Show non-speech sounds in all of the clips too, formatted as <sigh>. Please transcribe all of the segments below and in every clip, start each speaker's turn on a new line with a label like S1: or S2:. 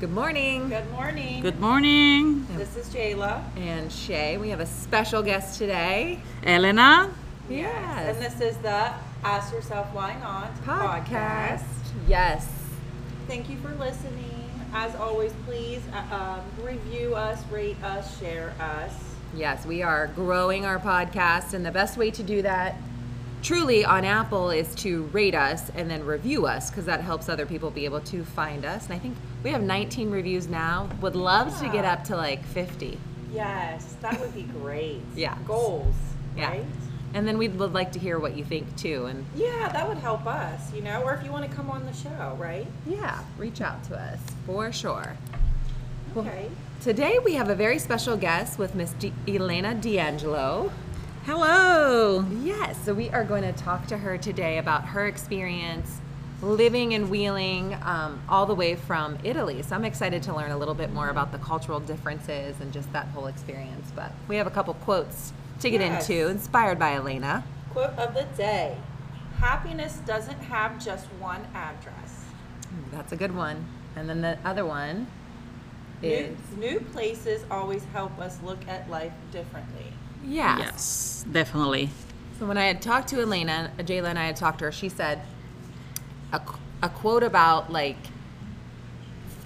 S1: Good morning.
S2: Good morning.
S3: Good morning,
S2: This is Jayla.
S1: And Shay, we have a special guest today.
S3: Elena.
S1: Yes.
S2: And this is the Ask Yourself Why Not podcast.
S1: Yes.
S2: Thank you for listening. As always, please uh, um, review us, rate us, share us.
S1: Yes, we are growing our podcast, and the best way to do that truly on Apple is to rate us and then review us because that helps other people be able to find us. And I think we have 19 reviews now. Would love to get
S2: Yeah.
S1: up to like 50.
S2: Yes, that would be great.
S1: <laughs> Yes.
S2: Goals,
S1: Yeah.
S2: right?
S1: And then we'd would like to hear what you think too. And
S2: Yeah, that would help us, you know, or if you want to come on the show, right?
S1: yeah, reach out to us for sure. Well,
S2: Okay.
S1: Today we have a very special guest with Miss D- Elena D'Angelo.
S3: Hello.
S1: Yes, so we are going to talk to her today about her experience living and wheeling um, all the way from Italy. So I'm excited to learn a little bit more about the cultural differences and just that whole experience. But we have a couple quotes to get
S2: Yes.
S1: into, inspired by Elena.
S2: Quote of the day Happiness doesn't have just one address.
S1: Ooh, That's a good one. And then the other one
S2: New,
S1: is
S2: new places always help us look at life differently.
S1: yeah.
S3: Yes, definitely.
S1: So when I had talked to Elena, Jayla and I had talked to her, she said a, qu- a quote about like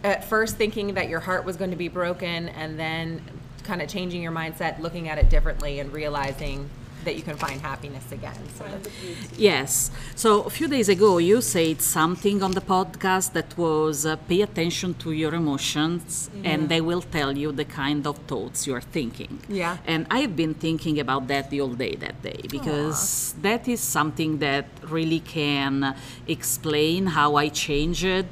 S1: at first thinking that your heart was going to be broken and then kind of changing your mindset, looking at it differently and realizing that you can find happiness again. So that's-
S3: Yes. So a few days ago, you said something on the podcast that was uh, pay attention to your emotions, and they will tell you the kind of thoughts you are thinking.
S1: Yeah.
S3: And I've been thinking about that the whole day that day because that is something that really can explain how I changed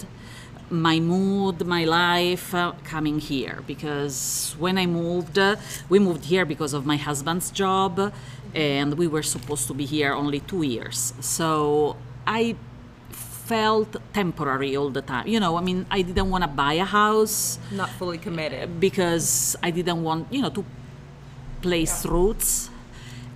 S3: my mood, my life uh, coming here. Because when I moved, uh, we moved here because of my husband's job, and we were supposed to be here only two years. So I felt temporary all the time. You know, I mean, I didn't want to buy a house
S1: not fully committed.
S3: because I didn't want, you know, to place roots.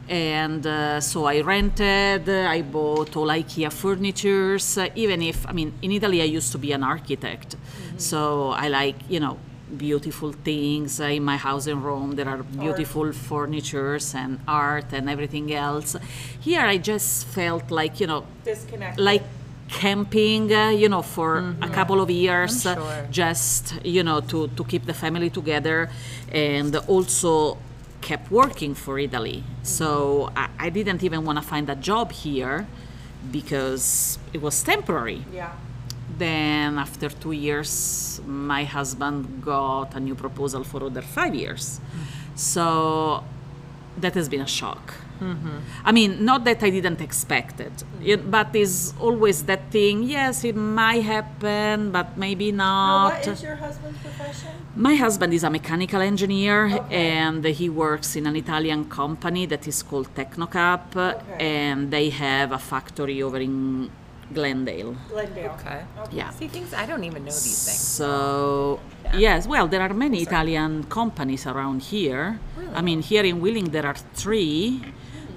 S3: And uh, so I rented, uh, I bought all IKEA furnitures, uh, even if, I mean, in Italy I used to be an architect. So I like, you know, beautiful things. Uh, in my house in Rome, there are beautiful furnitures and art and everything else. Here I just felt like, you know,
S2: Disconnect.
S3: like camping uh, you know for a couple of years
S1: Mm-hmm. I'm
S3: uh,
S1: sure.
S3: just you know to, to keep the family together and also kept working for italy
S1: Mm-hmm.
S3: so I, I didn't even want to find a job here because it was temporary
S4: uh,
S2: yeah.
S3: then after two years my husband got a new proposal for other five years so that has been a shock
S2: Mm-hmm.
S3: i mean not that i didn't expect it, it but is always that thing yes it might happen but maybe
S2: Now,
S3: not
S2: what is your husband's profession?
S3: my husband is a mechanical engineer
S2: Okay.
S3: and he works in an Italian company that is called Technocap
S2: Okay.
S3: and they have a factory over in Glendale.
S2: Glendale.
S1: Okay.
S3: Yeah.
S1: See things I don't even know these things.
S3: So yes, well, there are many Italian companies around here. I mean, here in Wheeling there are three.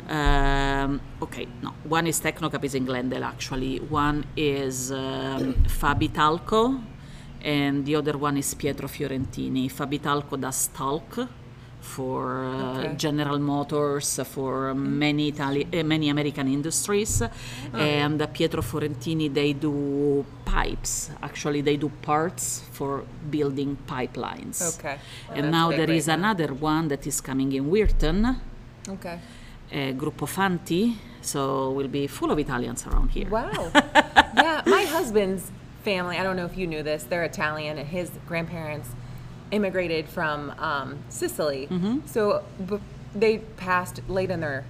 S3: Um, okay, no, one is Technocap is in Glendale actually. One is um, Fabitalco, and the other one is Pietro Fiorentini. Fabitalco does talc for uh,
S1: Okay. Mm-hmm.
S3: General Motors, uh, for many Itali- uh, many American industries, and uh, Pietro Fiorentini they do pipes. Actually, they do parts for building pipelines.
S1: Okay.
S3: and now there is another one that is coming in Weirton,
S1: Okay.
S3: uh, Gruppo Fanti. So we'll be full of Italians around here. <laughs>
S1: Wow. yeah, my husband's family, I don't know if you knew this, they're Italian, and his grandparents immigrated from um, Sicily.
S3: Mm-hmm.
S1: So b- they passed late in their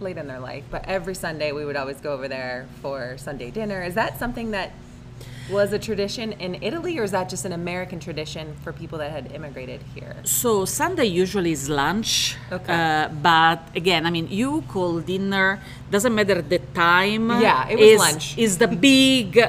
S1: late in their life, but every Sunday we would always go over there for Sunday dinner. Is that something that was a tradition in Italy or is that just an American tradition for people that had immigrated here?
S3: So Sunday usually is lunch,
S1: Okay.
S3: uh, but again, I mean, you call dinner doesn't matter the time.
S1: Yeah, it was
S3: is,
S1: lunch.
S3: Is the big
S1: <laughs>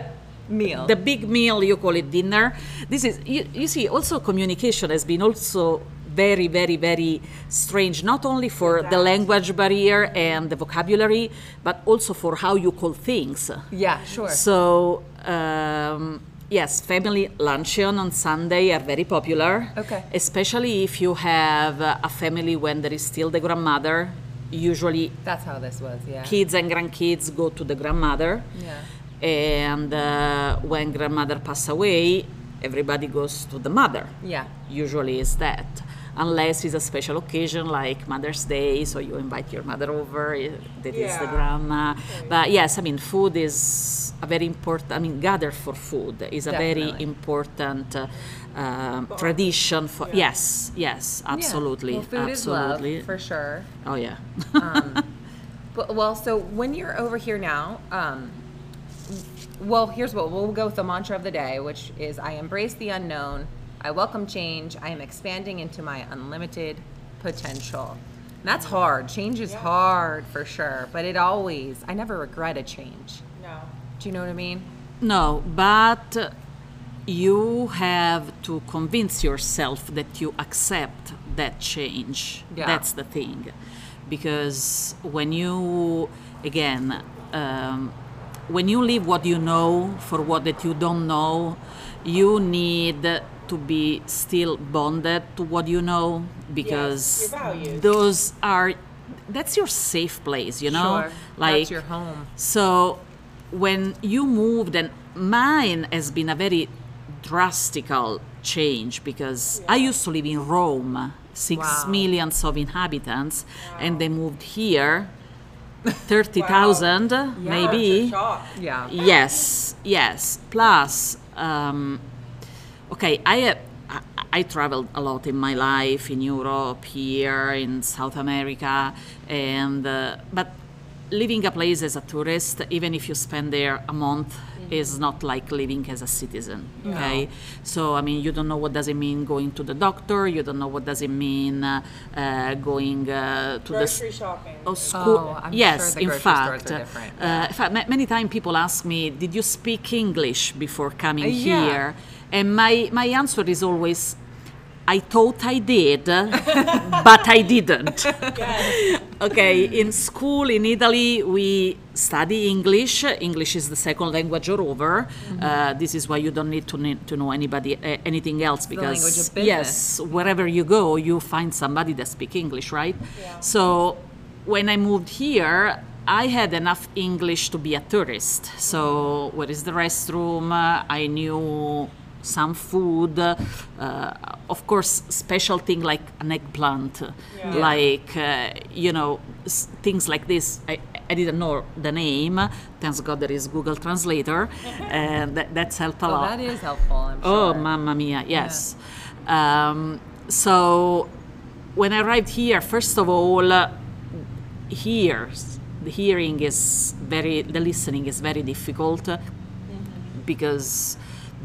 S1: Meal.
S3: the big meal you call it dinner? This is you, you see. Also, communication has been also very, very, very strange. Not only for the language barrier and the vocabulary, but also for how you call things.
S1: yeah, sure.
S3: So um, Yes, family luncheon on Sunday are very popular.
S1: Okay.
S3: Especially if you have uh, a family when there is still the grandmother. Usually,
S1: That's how this was, yeah.
S3: kids and grandkids go to the grandmother.
S1: Yeah.
S3: And uh, when grandmother pass away, everybody goes to the mother.
S1: Yeah.
S3: Usually is that. Unless it's a special occasion like Mother's Day, so you invite your mother over, eh, that is the
S2: Yeah.
S3: grandma. But yes, I mean, food is a very important, I mean, gather for food is a very
S1: Definitely.
S3: important uh, um, tradition for, yes, yes, absolutely,
S1: Yeah. Well, food
S3: absolutely.
S1: is love for sure.
S3: oh, yeah.
S1: But, well, so when you're over here now, um, well, here's what we'll go with the mantra of the day, which is I embrace the unknown, I welcome change, I am expanding into my unlimited potential. And that's hard. Change is hard for sure, but it always, I never regret a change.
S2: No.
S1: Do you know what I mean?
S3: No, but you have to convince yourself that you accept that change.
S1: Yeah.
S3: That's the thing. Because when you, again, um, when you leave what you know for what that you don't know, you need to be still bonded to what you know because
S2: your values.
S3: those are that's your safe place you know
S1: Sure. that's your home.
S3: so when you moved, and mine has been a very drastical change because I used to live in Rome,
S1: Wow.
S3: six millions of inhabitants, and they moved here, 30,000
S2: Culture
S3: maybe.
S2: shock.
S1: Yeah.
S3: Yes, yes. Plus, um, okay, I, uh, I I traveled a lot in my life in Europe, here in South America, and uh, but living a place as a tourist, even if you spend there a month, is not like living as a citizen. Okay, so I mean, you don't know what does it mean going to the doctor. You don't know what does it mean uh, uh, going uh, to the
S2: Grocery shopping.
S3: Oh, school.
S1: Oh, I'm sure
S3: yes,
S1: the
S3: in
S1: grocery stores
S3: fact.
S1: are different,
S3: Uh, in fact, ma- many times people ask me, "Did you speak English before coming
S1: Uh, yeah.
S3: here?" And my my answer is always, "I thought I
S1: <laughs>
S3: did, but I didn't." okay, in school in Italy we study English. English is the second language all over.
S1: Mm-hmm.
S3: Uh, this is why you don't need to need to know anybody uh, anything else because
S1: language of business.
S3: yes, wherever you go, you find somebody that speaks English, right? So when I moved here, I had enough English to be a tourist. So where is the restroom? Uh, I knew some food. Uh, of course, special thing like an eggplant, like uh, you know s- things like this. I, I didn't know the name. Thanks God there is Google Translator, and that, that's helped a
S1: Oh,
S3: lot.
S1: that is helpful. I'm sure.
S3: Oh, mamma mia, yes. Um, so when I arrived here, first of all, uh, here, s- the hearing is very, the listening is very difficult uh, because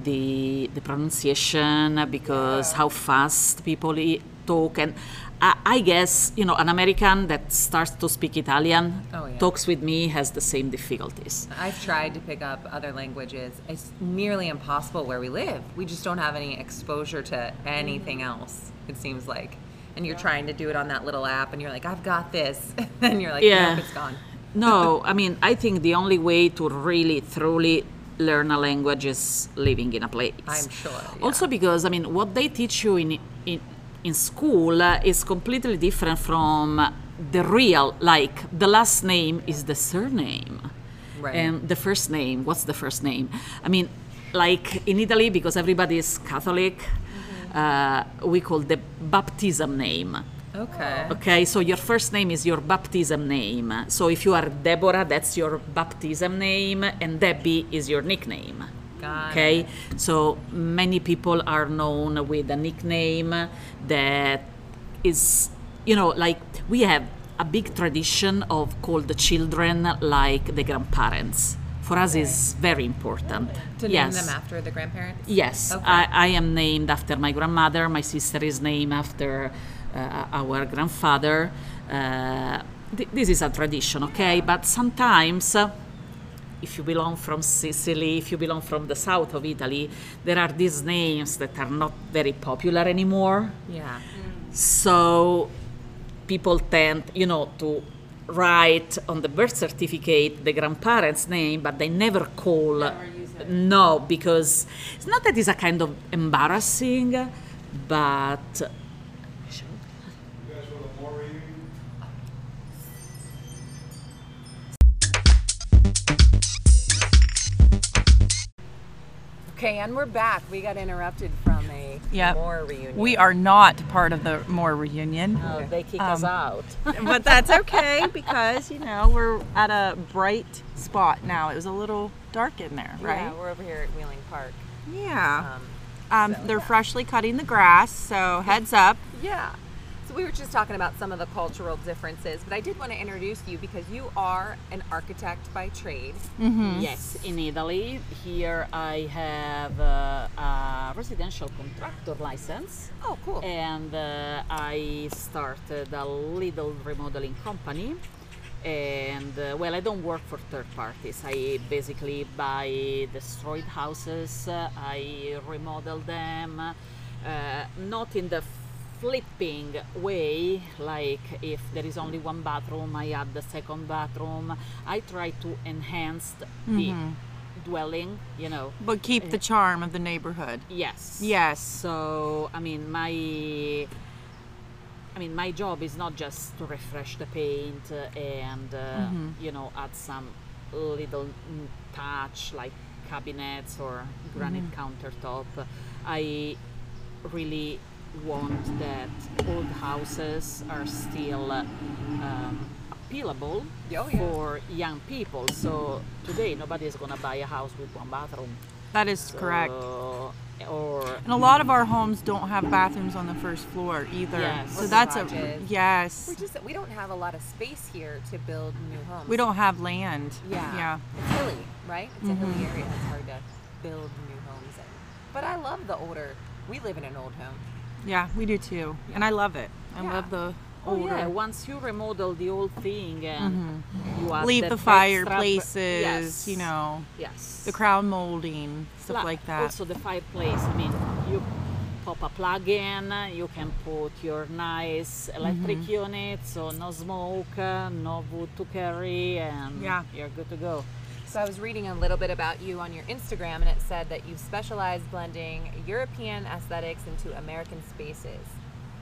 S3: the, the pronunciation, uh, because how fast people i- talk. And I, I guess, you know, an American that starts to speak Italian
S1: Oh, yeah.
S3: talks with me has the same difficulties.
S1: I've tried to pick up other languages. It's nearly impossible where we live. We just don't have any exposure to anything else, it seems like. And you're trying to do it on that little app, and you're like, I've got this. <laughs> and you're like,
S3: Yeah.
S1: nope, it's gone.
S3: No, I mean, I think the only way to really thoroughly learn a language is living in a place.
S1: I'm sure, yeah.
S3: Also, because I mean, what they teach you in in, in school uh, is completely different from uh, the real. Like the last name is the surname,
S1: Right.
S3: And the first name, what's the first name? I mean, like in Italy, because everybody is Catholic, uh,
S1: Mm-hmm.
S3: we call the baptism name.
S1: Okay.
S3: Okay, so your first name is your baptism name. So if you are Deborah, that's your baptism name, and Debbie is your nickname.
S1: Got
S3: okay, so many people are known with a nickname that is, you know, like we have a big tradition of call the children like the grandparents. For us, is very important.
S1: To
S3: yes.
S1: name them after the grandparents?
S3: Yes,
S1: Okay.
S3: I, I am named after my grandmother. My sister is named after uh, our grandfather. Uh, th- this is a tradition, okay? But sometimes, uh, if you belong from Sicily, if you belong from the south of Italy, there are these names that are not very popular anymore.
S1: Yeah.
S3: So people tend, you know, to write on the birth certificate the grandparents' name, but they never call
S2: use it.
S3: No, because it's not that it's a kind of embarrassing, but
S5: You guys want a more reading?
S1: Okay, and we're back. We got interrupted from a
S4: Yep.
S1: more reunion. Oh,
S4: We are not part of the Moore reunion.
S3: uh, they kick
S4: Um,
S3: us out.
S4: <laughs> but that's okay because you know we're at a bright spot now. It was a little dark in there, right?
S1: Yeah, we're over here at Wheeling Park.
S4: Yeah.
S1: Um,
S4: Um, they're freshly cutting the grass, so heads up.
S1: Yeah. So we were just talking about some of the cultural differences, but I did want to introduce you because you are an architect by trade.
S4: Mm-hmm.
S3: Yes, Mm-hmm. in Italy. Here I have uh, a residential contractor license.
S1: Oh, cool.
S3: And uh, I started a little remodeling company. And uh, well, I don't work for third parties. I basically buy destroyed houses, uh, I remodel them, uh, not in the flipping way, like if there is only one bathroom, I add the second bathroom. I try to enhance the dwelling, you know.
S4: But keep the charm of the neighborhood.
S3: Yes.
S4: Yes.
S3: So I mean my I mean my job is not just to refresh the paint uh, and uh, you know add some little mm, touch like cabinets or granite countertop. I really want that old houses are still uh, um, appealable
S1: yeah.
S3: for young people. So today nobody is gonna buy a house with one bathroom.
S4: That is correct.
S3: So, or
S4: And a lot of our homes don't have bathrooms on the first floor either.
S3: Yes.
S4: So
S3: Or
S4: that's a
S1: garages.
S4: yes.
S1: We're just we don't have a lot of space here to build new homes.
S4: We don't have land.
S1: Yeah.
S4: Yeah. Mm-hmm.
S1: It's hilly, right? It's a hilly area. It's hard to build new homes in. But I love the older. We live in an old home.
S4: Yeah, we do too. And I love it. I
S1: Yeah.
S4: love the
S3: Oh
S4: older.
S3: yeah, once you remodel the old thing and you add
S4: Mm-hmm. Leave
S3: that
S4: the
S3: extra br-
S4: fireplaces,
S3: yes,
S4: you know,
S3: yes,
S4: the crown molding, stuff
S3: Pla-
S4: like that.
S3: Also the fireplace. I mean, you pop a plug in, you can put your nice electric
S4: Mm-hmm.
S3: unit, so no smoke, uh, no wood to carry, and
S4: Yeah.
S3: you're good to go.
S1: So I was reading a little bit about you on your Instagram, and it said that you specialize blending European aesthetics into American spaces.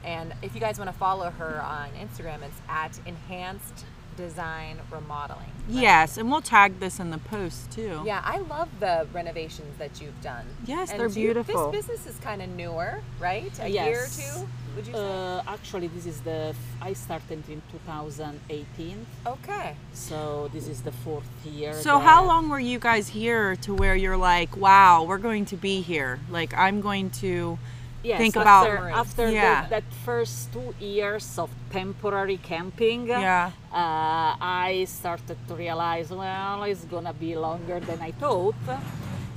S1: And if you guys want to follow her on Instagram, it's at Enhanced Design Remodeling.
S4: Yes, and we'll tag this in the post too.
S1: Yeah, I love the renovations that you've done.
S4: Yes,
S1: And
S4: they're
S1: do you-
S4: beautiful.
S1: this business is kind of newer, right? A year or
S3: Yes.
S1: two, would you say?
S3: Uh, actually, this is the f- I started in 2018,
S1: okay.
S3: so this is the fourth year.
S4: So how
S3: that-
S4: long were you guys here to where you're like, wow, we're going to be here? Like I'm going to
S3: Yes,
S4: think about
S3: after, after the-
S4: Yeah.
S3: that first two years of temporary camping.
S4: Yeah.
S3: uh, I started to realize well, it's gonna be longer than I thought.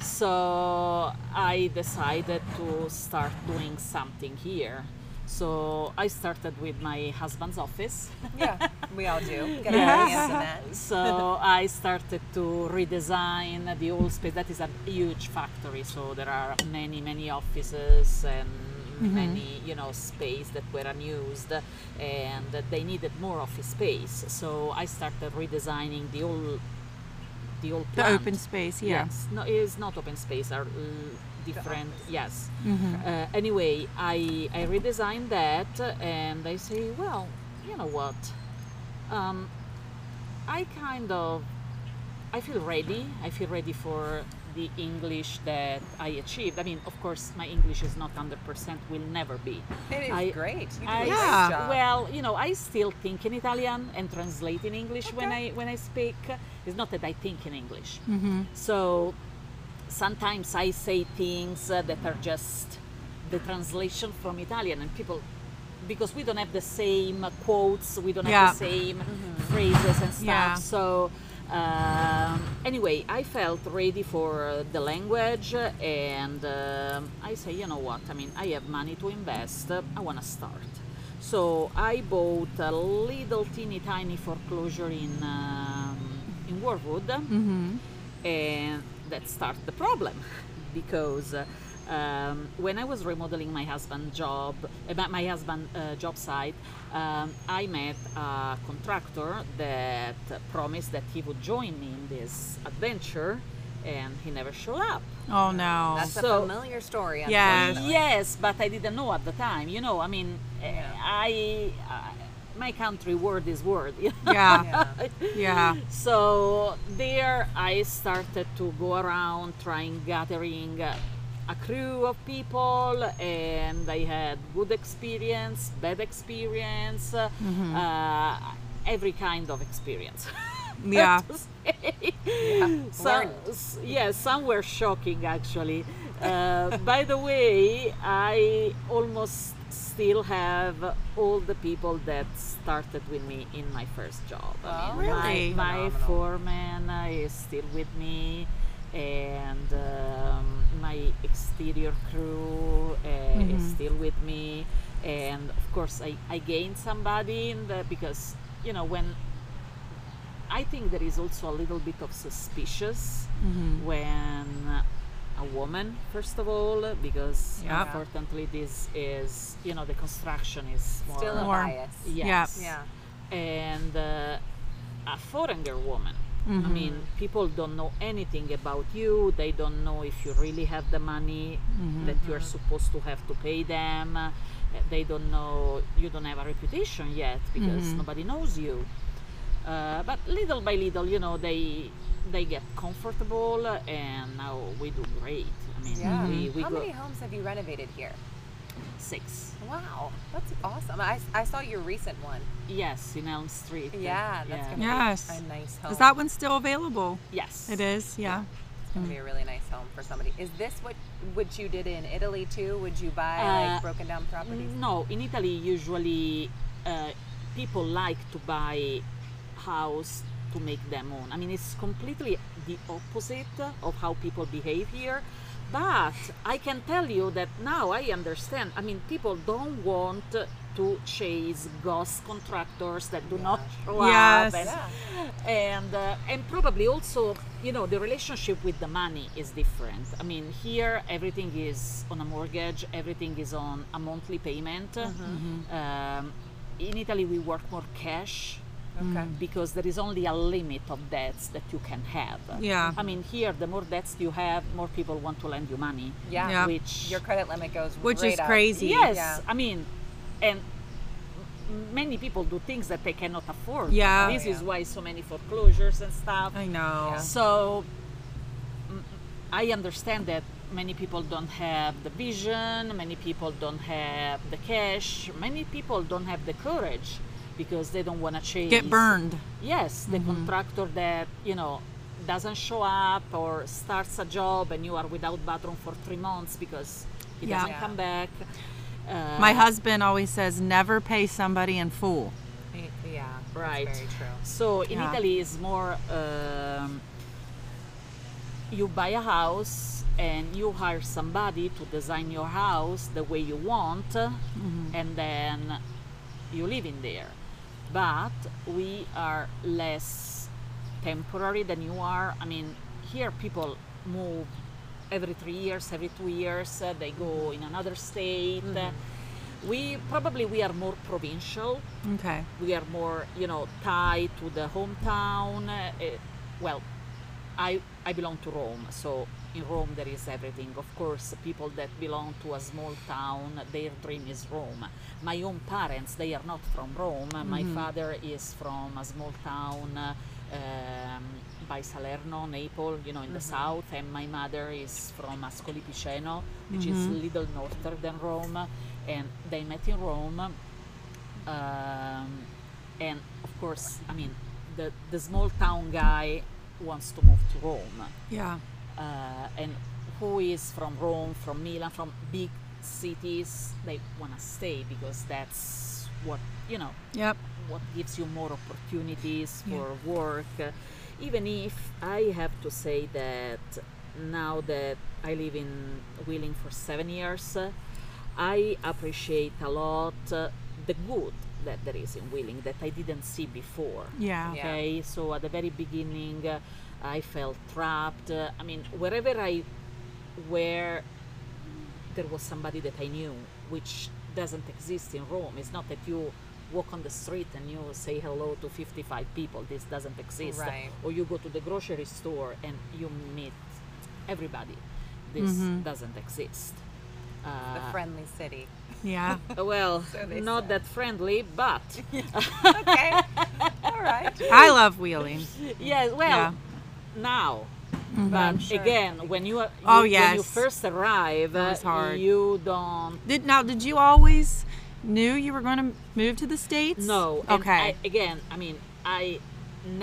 S3: So I decided to start doing something here. So I started with my husband's office. <laughs>
S1: Yeah, we all do. Get
S3: Yes.
S1: yes.
S4: <laughs>
S3: so I started to redesign the old space. That is a huge factory, so there are many, many offices and
S4: Mm-hmm.
S3: many, you know, space that were unused, and that they needed more office space. So I started redesigning the old, the old
S4: the
S3: plant.
S4: open space? Yeah.
S3: Yes, no, it's not open space. Are uh, different. Yes. Uh, anyway, I I redesigned that, and I say, well, you know what? Um, I kind of I feel ready. I feel ready for the English that I achieved. I mean, of course, my English is not 100%, will never be.
S1: It is
S3: I-
S1: great. You do
S3: I-
S1: a great
S4: Yeah.
S1: job.
S3: well, you know, I still think in Italian and translate in English when I when I speak. It's not that I think in English.
S1: Mm-hmm.
S3: So sometimes I say things uh, that are just the translation from Italian, and people because we don't have the same quotes, we don't have the
S4: Yeah.
S3: same
S1: Mm-hmm.
S3: phrases and stuff.
S4: Yeah.
S3: So. Um, anyway, I felt ready for uh, the language, uh, and um I say, you know what? I mean, I have money to invest. uh, I want to start. So I bought a little teeny tiny foreclosure in um, in Warwood, and that started the problem because. uh, Um, when I was remodeling my husband's job, uh, my- my husband uh, job site, um, I met a contractor that promised that he would join me in this adventure, and he never showed up.
S4: Oh no.
S1: That's a
S3: So-
S1: familiar story.
S4: Yeah.
S1: unfortunately.
S3: Yes, but I didn't know at the time. You know, I mean, eh, I, I my country word is word. <laughs> you know?
S4: yeah.
S1: Yeah.
S4: Yeah.
S3: so there, I started to go around trying gathering uh, a crew of people, and I had good experience, bad experience, uh, uh, every kind of experience. <laughs>
S4: Yeah. <laughs>
S3: Some, <laughs>
S1: learned.
S3: s- yeah, some were shocking actually. Uh, by the way, I almost still have all the people that started with me in my first job. I mean,
S4: Really?
S3: My, my foreman uh, is still with me, and um, my exterior crew uh, is still with me. And of course, I, I gained somebody in the, because, you know, when I think there is also a little bit of suspicious
S4: Mm-hmm.
S3: when a woman, first of all, because
S4: Yeah.
S3: unfortunately this is, you know, the construction is more
S1: Still a
S4: More.
S1: bias.
S3: yes,
S1: Yeah.
S3: and uh, a foreigner woman. I mean, people don't know anything about you. They don't know if you really have the money that you are supposed to have to pay them. Uh, They don't know you don't have a reputation yet because nobody knows you. Uh, but little by little, you know, they they get comfortable, and now we do great. I mean,
S1: Yeah.
S3: we, we
S1: How
S3: go
S1: many homes have you renovated here?
S3: six.
S1: Wow, that's awesome. I, I saw your recent one.
S3: Yes, in Elm Street.
S1: Yeah, that's gonna
S4: Yes.
S1: be a nice home.
S4: Is that one still available?
S3: yes.
S4: It is. Yeah.
S1: It's gonna be a really nice home for somebody. Is this what what you did in Italy too? Would you buy
S3: Uh,
S1: like broken down properties?
S3: Mm, No, in Italy, usually uh, people like to buy house to make them own. I mean, it's completely the opposite of how people behave here. But I can tell you that now I understand. I mean, people don't want to chase ghost contractors that do not show
S4: Yes.
S3: up. And, and, uh, and probably also, you know, the relationship with the money is different. I mean, here everything is on a mortgage, everything is on a monthly payment.
S4: Mm-hmm.
S3: Um, in Italy, we work more cash
S1: Okay.
S3: because there is only a limit of debts that you can have.
S4: Yeah.
S3: I mean, here, the more debts you have, more people want to lend you money.
S1: Yeah.
S4: Yeah.
S3: Which
S1: Your credit limit goes
S4: Which
S1: right
S4: is
S1: up.
S4: crazy.
S3: Yes,
S1: Yeah.
S3: I mean, and m- many people do things that they cannot afford.
S4: Yeah. Oh,
S3: this
S1: Oh,
S3: is
S1: yeah.
S3: why so many foreclosures and stuff.
S4: I know.
S3: So mm, I understand that many people don't have the vision, many people don't have the cash, many people don't have the courage because they don't want to chase.
S4: Get burned. Mm-hmm.
S3: Yes, the contractor that, you know, doesn't show up or starts a job and you are without bathroom for three months because he
S4: Yeah.
S3: doesn't
S1: Yeah.
S3: come back. Uh,
S4: My husband always says, "Never pay somebody in full."
S1: Y- Yeah. that's
S3: Right.
S1: very true.
S3: So in
S4: Yeah.
S3: Italy, it's more um, you buy a house and you hire somebody to design your house the way you want,
S1: Mm-hmm.
S3: and then you live in there. But we are less temporary than you are. I mean, here people move every three years, every two years. uh, they go in another state.
S1: Mm-hmm.
S3: We probably we are more provincial
S4: Okay.
S3: we are more you know tied to the hometown uh, eh, well i i belong to rome so in rome there is everything of course people that belong to a small town their dream is rome my own parents they are not from rome my father is from a small town uh, um, by Salerno, Naples, you know, in the south, and my mother is from Ascoli Piceno, which is little norther than Rome, and they met in Rome, um, and of course, I mean, the, the small town guy wants to move to Rome.
S4: Yeah.
S3: Uh, and who is from Rome, from Milan, from big cities, they want to stay because that's what, you know,
S4: Yep.
S3: what gives you more opportunities for work. Uh, Even if I have to say that now that I live in Wheeling for seven years, uh, I appreciate a lot uh, the good that there is in Wheeling that I didn't see before.
S4: Yeah.
S1: Yeah.
S3: Okay, so at the very beginning, uh, I felt trapped. Uh, I mean, wherever I were, there was somebody that I knew, which doesn't exist in Rome. It's not that you walk on the street and you say hello to 55 people. This doesn't exist.
S1: Right.
S3: Or you go to the grocery store and you meet everybody. This
S1: Mm-hmm.
S3: doesn't exist. <laughs>
S1: The
S3: Uh,
S1: friendly city.
S4: Yeah.
S3: well,
S1: they
S3: not
S1: said.
S3: that friendly, but
S1: <laughs> Okay. All right.
S4: <laughs> I love wheeling.
S3: Yes, well,
S4: Yeah. Mm-hmm.
S3: now. But again, when you, are- you
S4: Oh,
S3: when you
S4: yes.
S3: first arrive,
S4: was
S3: uh,
S4: hard.
S3: you don't
S4: Did now? Did you always knew you were going to move to the states?
S3: know. And
S4: Okay.
S3: I, again, I mean, I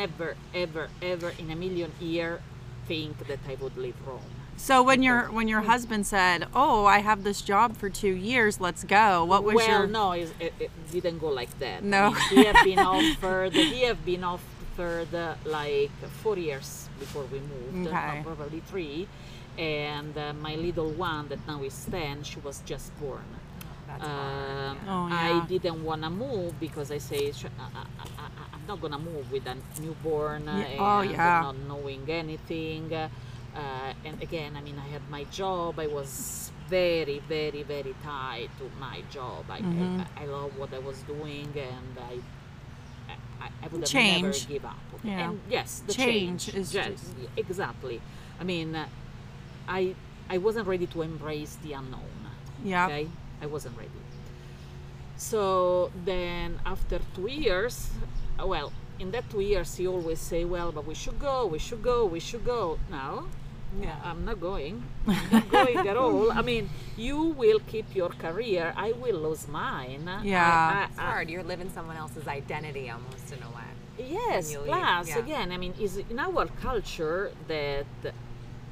S3: never, ever, ever in a million year think that I would leave Rome.
S4: so when your when your husband said, "Oh, I have this job for two years. Let's go," what was
S3: well,
S4: your?
S3: no, it, it, it didn't go like that. I
S4: No.
S3: mean, we have been
S4: <laughs>
S3: offered. We have been offered uh, like four years before we moved, uh,
S4: Okay.
S3: probably three. And uh, my little one, that now is ten, she was just born. Um,
S4: Oh,
S3: I
S4: yeah.
S3: didn't want to move because I say "Sh- I, I, I, I'm not gonna move with a newborn uh,
S4: Ye- oh,
S3: and
S4: yeah.
S3: not knowing anything. Uh, and again, I mean, I had my job. I was very, very, very tied to my job. I,
S4: Mm-hmm.
S3: I, I love what I was doing, and I, I, I would have
S4: Change.
S3: never give up.
S4: Yeah.
S3: And yes, the
S4: Change
S3: change,
S4: is
S3: yes,
S4: just-
S3: exactly. I mean, uh, I I wasn't ready to embrace the unknown.
S4: Yeah.
S3: Okay, I wasn't ready. So then, after two years, uh, well, in that two years, you always say, "Well, but we should go, we should go, we should go." No, I'm not
S4: <laughs>
S3: going. I'm not going at all. I mean, you will keep your career. I will lose mine. I-
S4: Yeah.
S1: It's
S3: I- I-
S1: hard. You're living someone else's identity almost in a way.
S3: Yes,
S1: you leave,
S3: plus
S1: yeah.
S3: again, I mean, is in our culture that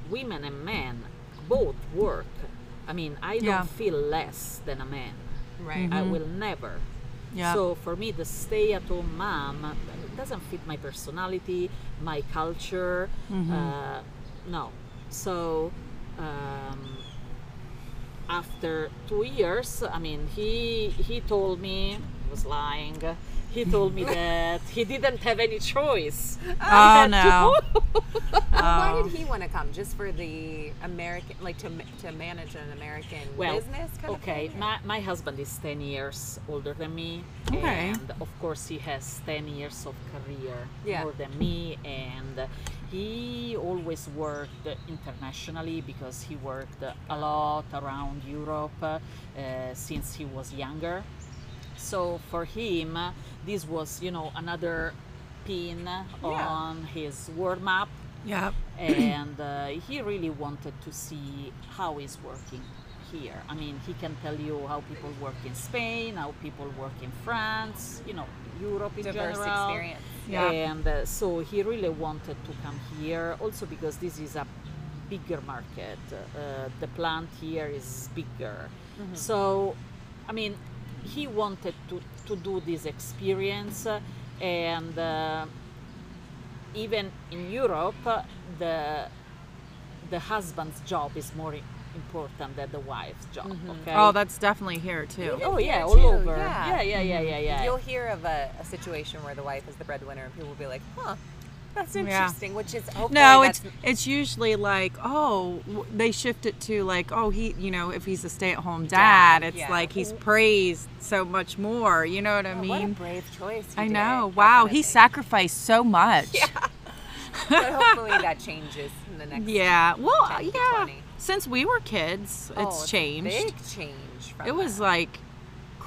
S3: women and men both work. I mean, I don't
S4: Yeah.
S3: feel less than a man.
S1: Right.
S3: I will never.
S4: Yeah.
S3: So for me, the stay-at-home mom doesn't fit my personality, my culture. Uh, no. So um, after two years, I mean, he he told me he was lying. He told me that he didn't have any choice.
S4: oh <laughs> no.
S1: Why
S4: Um,
S1: did he want to come? Just for the American, like to, ma- to manage an American business kind
S3: okay
S1: of thing?
S3: my, my husband is 10 years older than me
S4: Okay.
S3: and of course he has 10 years of career
S1: Yeah.
S3: more than me and he always worked internationally because he worked a lot around europe uh, since he was younger so for him this was you know another pin on his warm up
S4: Yep.
S3: and uh, he really wanted to see how he's working here. I mean, he can tell you how people work in Spain, how people work in France, you know, Europe in
S1: Diverse
S3: general.
S1: experience.
S4: Yeah.
S3: And uh, so he really wanted to come here, also because this is a bigger market. Uh, the plant here is bigger. So, I mean, he wanted to, to do this experience, uh, and uh, even in Europe, uh, the the husband's job is more i- important than the wife's job. Okay.
S4: Oh, that's definitely here too.
S3: Oh yeah,
S1: here
S3: all
S1: too,
S3: over.
S1: yeah.
S3: Yeah, yeah, yeah, yeah, yeah.
S1: You'll hear of a, a situation where the wife is the breadwinner and people will be like, huh, that's
S4: Yeah.
S1: interesting, which is hopefully
S4: No,
S1: that's
S4: it's it's usually like oh w- they shift it to like oh he you know if he's a stay at home dad
S1: Dad,
S4: it's
S1: yeah.
S4: like he's praised so much more you know what I
S1: oh, what a
S4: mean
S1: brave choice. you
S4: I
S1: did.
S4: know
S1: That's
S4: wow
S1: what I
S4: he
S1: think.
S4: sacrificed so much
S1: But hopefully
S4: <laughs>
S1: that changes in the next.
S4: yeah well
S1: 10 to
S4: yeah
S1: 20.
S4: since we were kids
S1: Oh,
S4: it's changed
S1: A big change. From
S4: it was
S1: that.
S4: like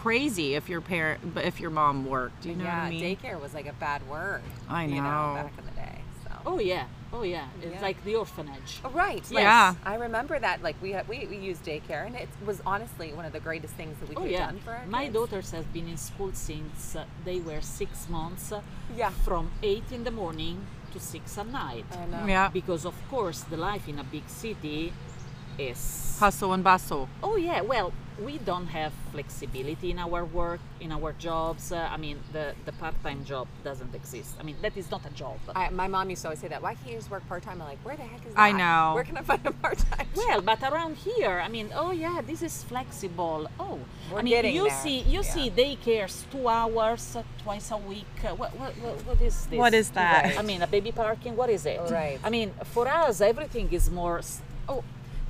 S4: crazy if your parent but if your mom worked you know
S1: yeah,
S4: what I mean
S1: daycare was like a bad word.
S4: I
S1: You know,
S4: know.
S1: back in the day. So.
S3: Oh yeah, oh yeah. It's
S1: Yeah.
S3: like the orphanage.
S1: Oh, Right.
S4: Yeah.
S1: Yes. I remember that. Like we had, we, we used daycare, and it was honestly one of the greatest things that we
S3: Oh
S1: could
S3: yeah.
S1: have done for our
S3: My
S1: kids.
S3: daughters have been in school since uh, they were six months. uh,
S1: Yeah. Um,
S3: From eight in the morning to six at night.
S1: I know.
S4: yeah
S3: Because of course the life in a big city is
S4: hustle and bustle
S3: Oh yeah, well, we don't have flexibility in our work, in our jobs. Uh, I mean, the, the part-time job doesn't exist. I mean, that is not a job.
S1: I, my mom used to always say that. Why can't you just work part time? I'm like, where the heck is that?
S4: I know.
S1: Where can I find a part time?
S3: well, but around here, I mean, oh yeah, this is flexible. Oh, I
S1: We're
S3: mean,
S1: getting
S3: you
S1: there.
S3: see, you
S1: Yeah.
S3: see daycares two hours uh, twice a week. Uh, what, what, what, what is this?
S4: What is that?
S3: I mean, a baby parking. What is it?
S1: Right.
S3: I mean, for us, everything is more. s- Oh,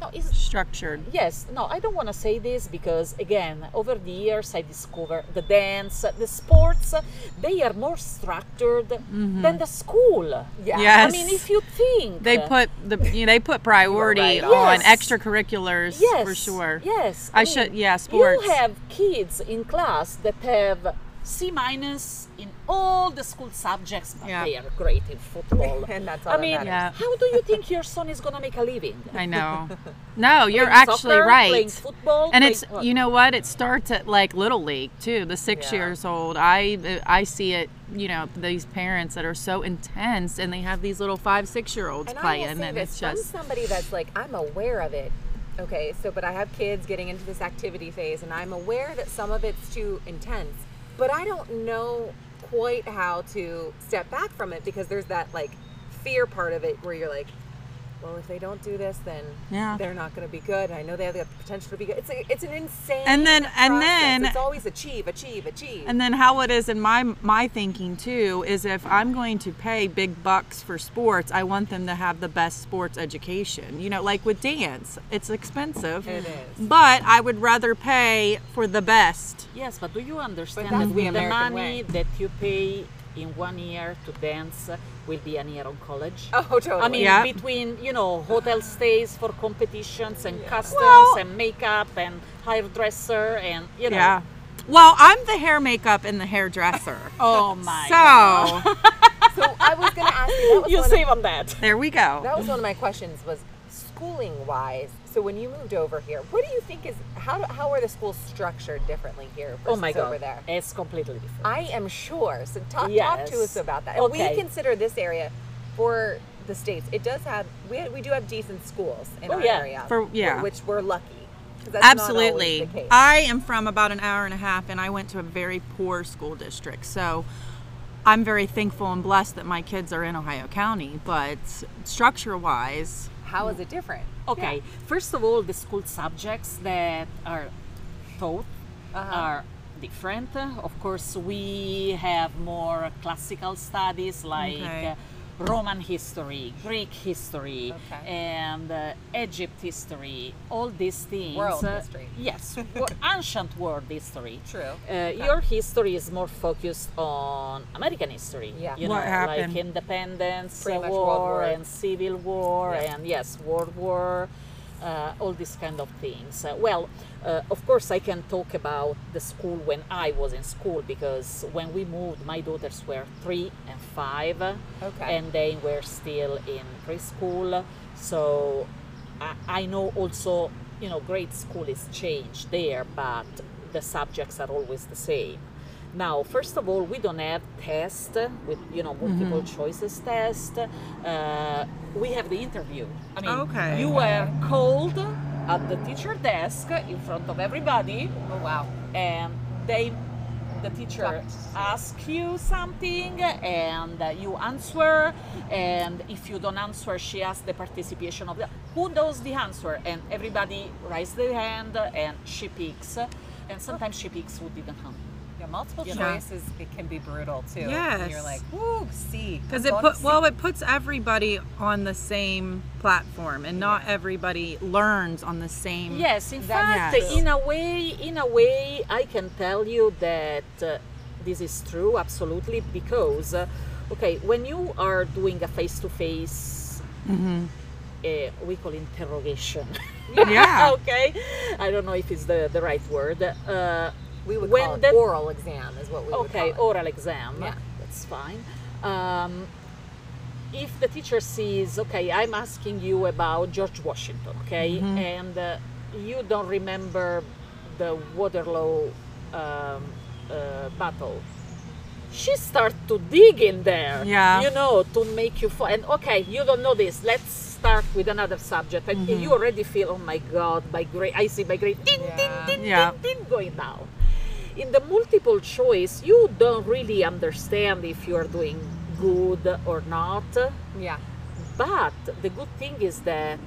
S3: No, it's
S4: structured.
S3: Yes, no, I don't want to say this because, again, over the years I discovered the dance, the sports, they are more structured than the school. Yeah. I mean,
S4: Yes.
S3: if you think.
S4: Mm-hmm. They put the you know, they put priority
S1: right
S4: on
S3: Yes.
S4: extracurriculars
S3: yes,
S4: for sure.
S3: Yes. Oh,
S4: I should- yeah, sports.
S3: You have kids in class that have C minus in all the school subjects, but
S4: Yeah.
S3: they are great in football.
S1: <laughs> And that's all
S3: I
S1: that
S3: mean,
S1: matters.
S4: Yeah.
S3: how do you think your son is going to make a
S4: <laughs>
S3: living?
S4: I know. No, you're
S3: Playing
S4: actually
S3: soccer,
S4: right.
S3: Playing football,
S4: and
S3: playing
S4: it's
S3: what?
S4: you know what it starts at like little league too the six
S1: Yeah.
S4: years old i i see it you know these parents that are so intense and they have these little five six year olds
S1: And
S4: playing
S1: I will say
S4: and
S1: this,
S4: it's
S1: from
S4: just
S1: somebody that's like, I'm aware of it. Okay, so but I have kids getting into this activity phase, and I'm aware that some of it's too intense, but I don't know quite how to step back from it because there's that like fear part of it where you're like, well, if they don't do this, then
S4: Yeah.
S1: they're not going to be good. I know they have the potential to be good. It's a, it's an insane
S4: And then- and
S1: process.
S4: then-
S1: it's always achieve, achieve, achieve.
S4: and then how it is in my my thinking too is if i'm going to pay big bucks for sports i want them to have the best sports education you know like with dance it's expensive
S1: It is.
S4: but i would rather pay for the best
S3: Yes, but do you understand
S1: that's
S3: that
S1: the
S3: with the
S1: American way.
S3: money that you pay in one year to dance uh, will be an year on college?
S1: oh, totally.
S3: I mean,
S4: Yeah.
S3: between you know hotel stays for competitions and customs
S4: Well-
S3: and makeup and hairdresser and you know.
S4: yeah well i'm the hair makeup and the
S1: <laughs>
S4: hairdresser
S3: Oh my!
S4: so
S1: so I was going to ask you.
S4: <laughs>
S1: That was
S3: you
S1: one of-
S3: save on that.
S4: There we go.
S1: That was one of my questions was schooling wise. So when you moved over here, what do you think is how do, how are the schools structured differently here versus
S3: Oh my god!
S1: over there?
S3: It's completely different.
S1: I am sure. So talk, talk to
S3: Yes.
S1: us about that.
S3: Okay.
S1: And we consider this area for the states. It does have we we do have decent schools in
S3: Oh,
S1: our
S3: yeah.
S1: area.
S4: For- yeah.
S1: which we're lucky. 'cause that's not always
S4: Absolutely.
S1: the case.
S4: I am from about an hour and a half, and I went to a very poor school district. So I'm very thankful and blessed that my kids are in Ohio County. But structure wise,
S1: how is it different?
S3: Okay, first of all, the school subjects that are taught
S1: Uh-huh.
S3: are different. Of course, we have more classical studies like
S4: Okay.
S3: uh, Roman history, Greek history,
S1: Okay.
S3: and uh, Egypt history, all these things.
S1: World
S3: uh,
S1: history. <laughs>
S3: Yes, wo- ancient world history.
S1: True.
S3: Uh, your history is more focused on American history.
S1: Yeah.
S3: You
S4: What
S3: know,
S4: happened?
S3: like independence,
S1: Pretty
S3: uh,
S1: much
S3: war,
S1: World War.
S3: and civil war
S1: Yeah.
S3: and yes world war uh, all these kind of things Uh, well uh, of course i can talk about the school when i was in school because when we moved my daughters were three and five
S1: Okay.
S3: and they were still in preschool so I, I know also you know grade school is changed there but the subjects are always the same now first of all we don't have tests with you know multiple choices test uh, we have the interview i mean
S4: Okay.
S3: you were called at the teacher desk in front of everybody
S1: Oh wow.
S3: and they the teacher asks you something and uh, you answer and if you don't answer she asks the participation of the who knows the answer and everybody raises their hand and she picks and sometimes she picks who didn't come
S1: Yeah, multiple
S3: You know.
S1: choice is it can be brutal too. And you're
S4: Yes.
S1: like, woo, C.
S4: because
S1: I'm
S4: it
S1: going
S4: put
S1: C.
S4: well, it puts everybody on the same platform, and not everybody learns on the same.
S3: Yes, in
S4: That's
S3: fact,
S4: true.
S3: in a way, in a way, I can tell you that uh, this is true, absolutely, because uh, okay, when you are doing a face-to-face, uh, we call interrogation.
S4: Yeah.
S3: <laughs> okay, I don't know if it's the the right word. Uh,
S1: we would
S3: when
S1: call it
S3: the-
S1: oral exam is what we would call
S3: okay
S1: it.
S3: oral exam
S1: Yeah.
S3: that's fine um, if the teacher sees okay i'm asking you about george washington okay
S1: Mm-hmm.
S3: and uh, you don't remember the waterloo um, uh, battle she starts to dig in there
S4: Yeah.
S3: you know to make you fo- and okay you don't know this let's start with another subject and
S1: Mm-hmm.
S3: you already feel oh my god my grade i see my grade ding ding
S1: Yeah.
S3: ding
S4: Yeah.
S3: ding did going down. In the multiple choice, you don't really understand if you are doing good or not.
S1: Yeah.
S3: But the good thing is that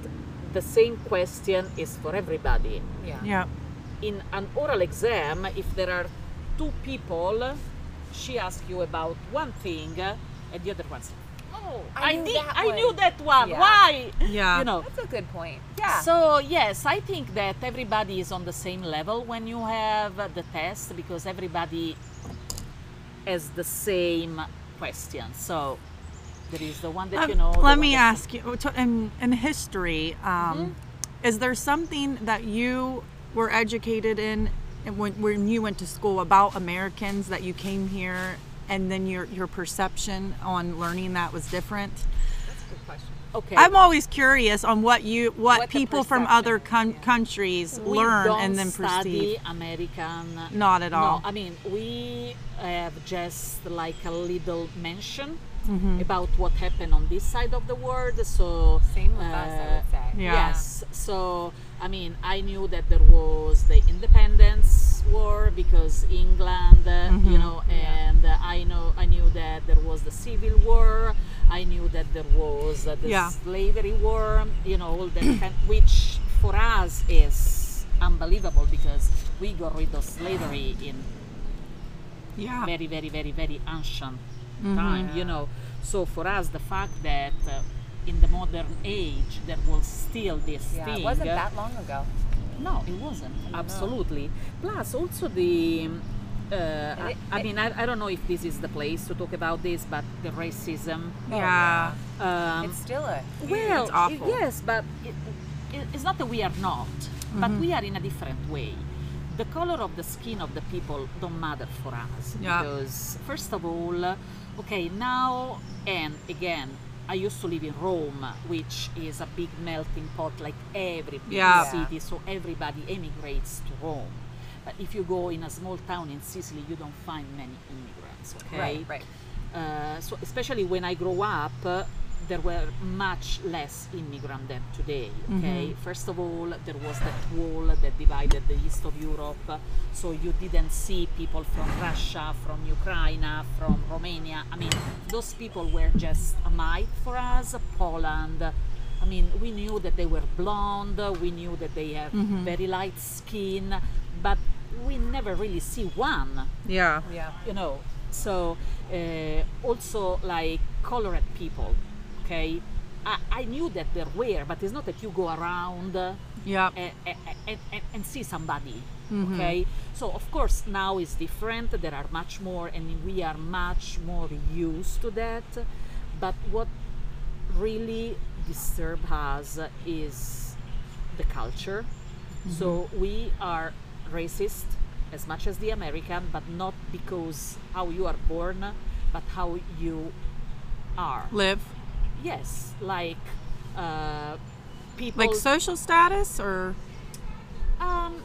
S3: the same question is for everybody.
S1: Yeah.
S4: Yeah.
S3: In an oral exam, if there are two people, she asks you about one thing, and the other one's, "Mm, no,
S1: Oh, I
S3: I,
S1: knew
S3: did.
S1: that
S3: I
S1: one."
S3: knew that one.
S1: Yeah.
S3: Why?
S4: Yeah.
S3: You know.
S1: That's a good point. Yeah.
S3: So yes, I think that everybody is on the same level when you have uh, the test because everybody has the same question. So there is the one that you
S4: Um,
S3: know. the
S4: let
S3: one
S4: me
S3: that-
S4: ask you oh, to- in, in history, um,
S3: Mm-hmm.
S4: is there something that you were educated in and when, when you went to school about Americans that you came here and then your, your perception on learning that was different?
S3: Okay.
S4: I'm always curious on what you what,
S1: What the
S4: people from
S1: perception
S4: other coun countries
S3: we
S4: learn
S3: don't
S4: and then
S3: study
S4: perceive.
S3: American.
S4: Not at all.
S3: No, I mean we have just like a little mention
S4: Mm-hmm.
S3: about what happened on this side of the world. So uh,
S1: Same with us, I would say.
S4: Yeah.
S3: Yes. So I mean, I knew that there was the Independence War because England, uh,
S4: Mm-hmm.
S3: you know, and uh, I know I knew that there was the Civil War. I knew that there was uh, the
S4: Yeah.
S3: slavery war. You know, all that kind, which for us is unbelievable because we got rid of slavery in
S4: Yeah.
S3: very, very, very, very ancient time, you know. So for us, the fact that uh, in the modern age there was still this
S1: Yeah,
S3: thing.
S1: it
S3: uh,
S1: wasn't that long ago.
S3: No, it wasn't. Absolutely. Plus, also the. um, Uh,
S1: it-
S3: I, I mean, I, I don't know if this is the place to talk about this, but the racism.
S4: Yeah.
S3: Um,
S1: It's still a
S3: well,
S4: It's awful.
S3: i- yes, but it, it, it's not that we are not, but
S4: Mm-hmm.
S3: we are in a different way. The color of the skin of the people don't matter for us
S4: Yeah.
S3: because, first of all, okay, now and again, I used to live in Rome, which is a big melting pot, like every big
S4: Yeah.
S3: city, so everybody emigrates to Rome. But if you go in a small town in Sicily, you don't find many immigrants, okay?
S1: Right, right.
S3: Uh, so especially when I grow up, uh, there were much less immigrant than today. Okay, first of all, there was that wall that divided the east of Europe, so you didn't see people from Russia, from Ukraine, from Romania. I mean, those people were just a mite for us. Poland. I mean, we knew that they were blonde. We knew that they have very light skin, but we never really see one
S4: Yeah.
S1: yeah.
S3: you know so uh, also like colored people okay I, I knew that there were but it's not that you go around uh,
S4: Yeah.
S3: and, and, and, and see somebody okay so of course now it's different there are much more and we are much more used to that but what really disturbs us is the culture so we are racist as much as the american but not because how you are born but how you are
S4: Live.
S3: yes like uh, people
S4: Like social status or
S3: um,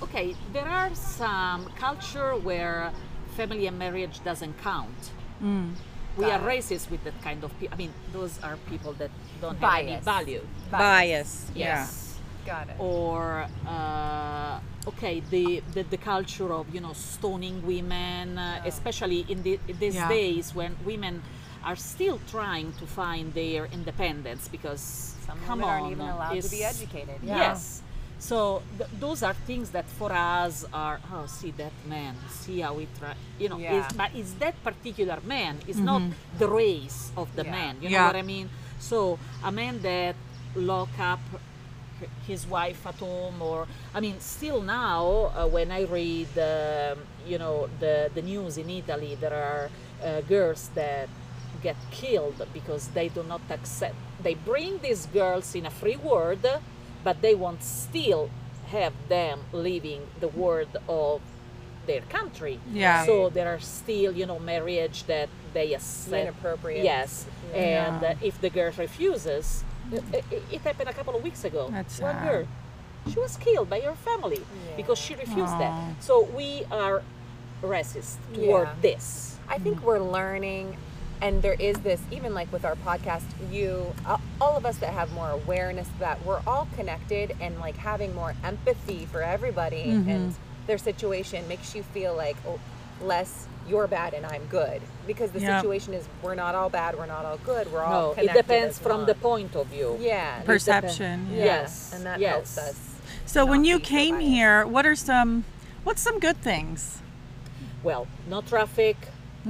S3: okay, there are some culture where family and marriage doesn't count.
S4: Mm.
S3: We are racist with that kind of people. I mean, those are people that don't have any
S1: Bias.
S3: value.
S4: bias.
S3: Yes.
S1: Got it.
S3: Oh, Or uh, okay, the, the the culture of you know stoning women, uh, especially in the, these
S4: Yeah.
S3: days when women are still trying to find their independence because
S1: Some
S3: come
S1: women aren't
S3: on,
S1: even allowed to be
S3: it's-
S1: educated.
S3: Yes. So th- those are things that for us are oh see that man see how he try you know
S1: Yeah. Mm-hmm.
S3: is, but it's that particular man it's not the race of the
S1: Yeah.
S3: man you
S4: Yeah.
S3: know what I mean so a man that lock up h- his wife at home or I mean still now uh, when I read um, you know the the news in Italy there are uh, girls that get killed because they do not accept they bring these girls in a free world but they won't still have them living the world of their country
S4: Yeah.
S3: so there are still you know marriage that they accept
S1: Inappropriate.
S3: yes and uh, if the girl refuses it, it happened a couple of weeks ago
S4: That's
S3: one
S4: sad.
S3: girl she was killed by her family because she refused that so we are racist toward
S1: Yeah.
S3: this
S1: I think we're learning, and there is this, even like with our podcast, you, uh, all of us that have more awareness that we're all connected and like having more empathy for everybody
S4: Mm-hmm.
S1: and their situation makes you feel like oh, less you're bad and I'm good because the
S4: Yeah.
S1: situation is we're not all bad, we're not all good, we're all
S3: no it
S1: connected
S3: depends
S1: as
S3: from
S1: one.
S3: the point of view
S1: yeah it
S3: Pers-
S4: perception.
S1: depends.
S4: yeah.
S3: Yes,
S1: and that helps
S3: yes.
S1: us.
S4: So when
S1: not
S4: you
S1: be
S4: came
S1: biased.
S4: here, what are some what's some good things?
S3: well no traffic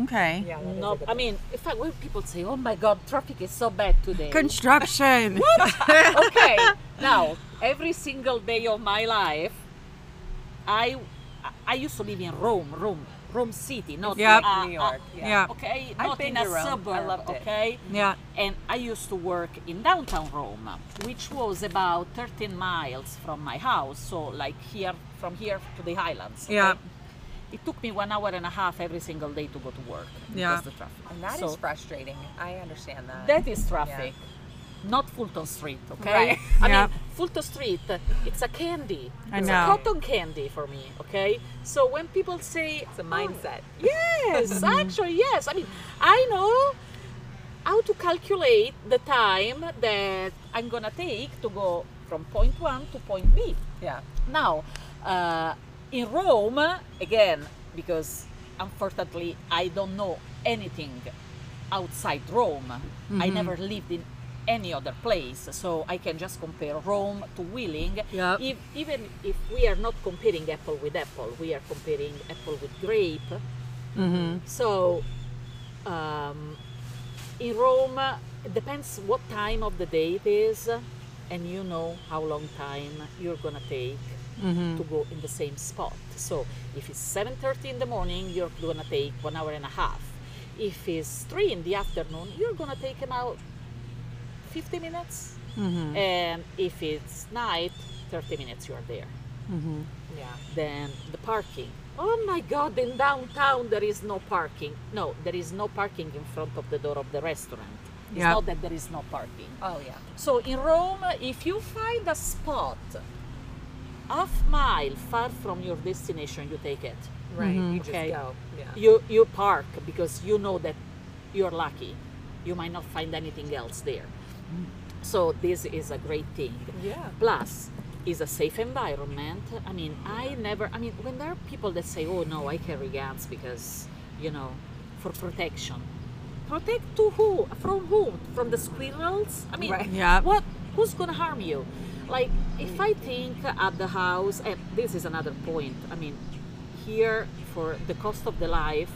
S4: Okay.
S1: Yeah.
S3: No, I mean, in fact, when people say, "Oh my God, traffic is so bad today,"
S4: Construction.
S3: okay, now every single day of my life, I I used to live in Rome, Rome, Rome City, not
S4: Yep.
S3: uh,
S1: New York.
S3: uh,
S1: Yeah.
S4: yeah.
S3: Okay,
S1: I've
S3: not
S1: been
S3: in a
S1: to Rome. I
S3: suburb.
S1: loved it.
S3: Okay,
S4: Yeah.
S3: and I used to work in downtown Rome, which was about 13 miles from my house. So like here, from here to the Highlands. okay?
S4: Yeah.
S3: It took me one hour and a half every single day to go to work
S4: Yeah.
S3: because the traffic.
S1: And that is
S3: So
S1: frustrating. I understand that.
S3: that is traffic, not Fulton Street. Okay.
S1: Right.
S3: <laughs> I
S4: Yeah.
S3: mean, Fulton Street. It's a candy.
S4: I
S3: it's
S4: know.
S3: a cotton candy for me. Okay. So when people say
S1: it's a mindset.
S3: Yes, <laughs> actually, yes. I mean, I know how to calculate the time that I'm gonna take to go from point one to point B.
S1: Yeah.
S3: Now, uh, in Rome, again, because unfortunately I don't know anything outside Rome, I never lived in any other place, so I can just compare Rome to Wheeling.
S4: Yep.
S3: If, even if we are not comparing apple with apple, we are comparing apple with grape. So, um, in Rome, it depends what time of the day it is, and you know how long time you're gonna take to go in the same spot. So, if it's 7:30 in the morning, you're gonna take one hour and a half. If it's three in the afternoon, you're gonna take about 50 minutes, and if it's night, 30 minutes you are there
S1: Yeah.
S3: then the parking. Oh my God, in downtown there is no parking. No, there is no parking in front of the door of the restaurant. It's
S4: Yeah.
S3: not that there is no parking.
S1: Oh yeah.
S3: So in Rome, if you find a spot half mile far from your destination, you take it.
S1: Right. You just
S3: Okay.
S1: go. Yeah.
S3: You, you park because you know that you're lucky. You might not find anything else there. So this is a great thing.
S1: Yeah.
S3: Plus, is a safe environment. I mean, I never. I mean, when there are people that say, "Oh no, I carry guns because you know, for protection." Protect to who? From who? From the squirrels? I mean,
S1: Right.
S4: Yeah.
S3: what? Who's gonna harm you? Like, if I think at the house, and this is another point. I mean, here for the cost of the life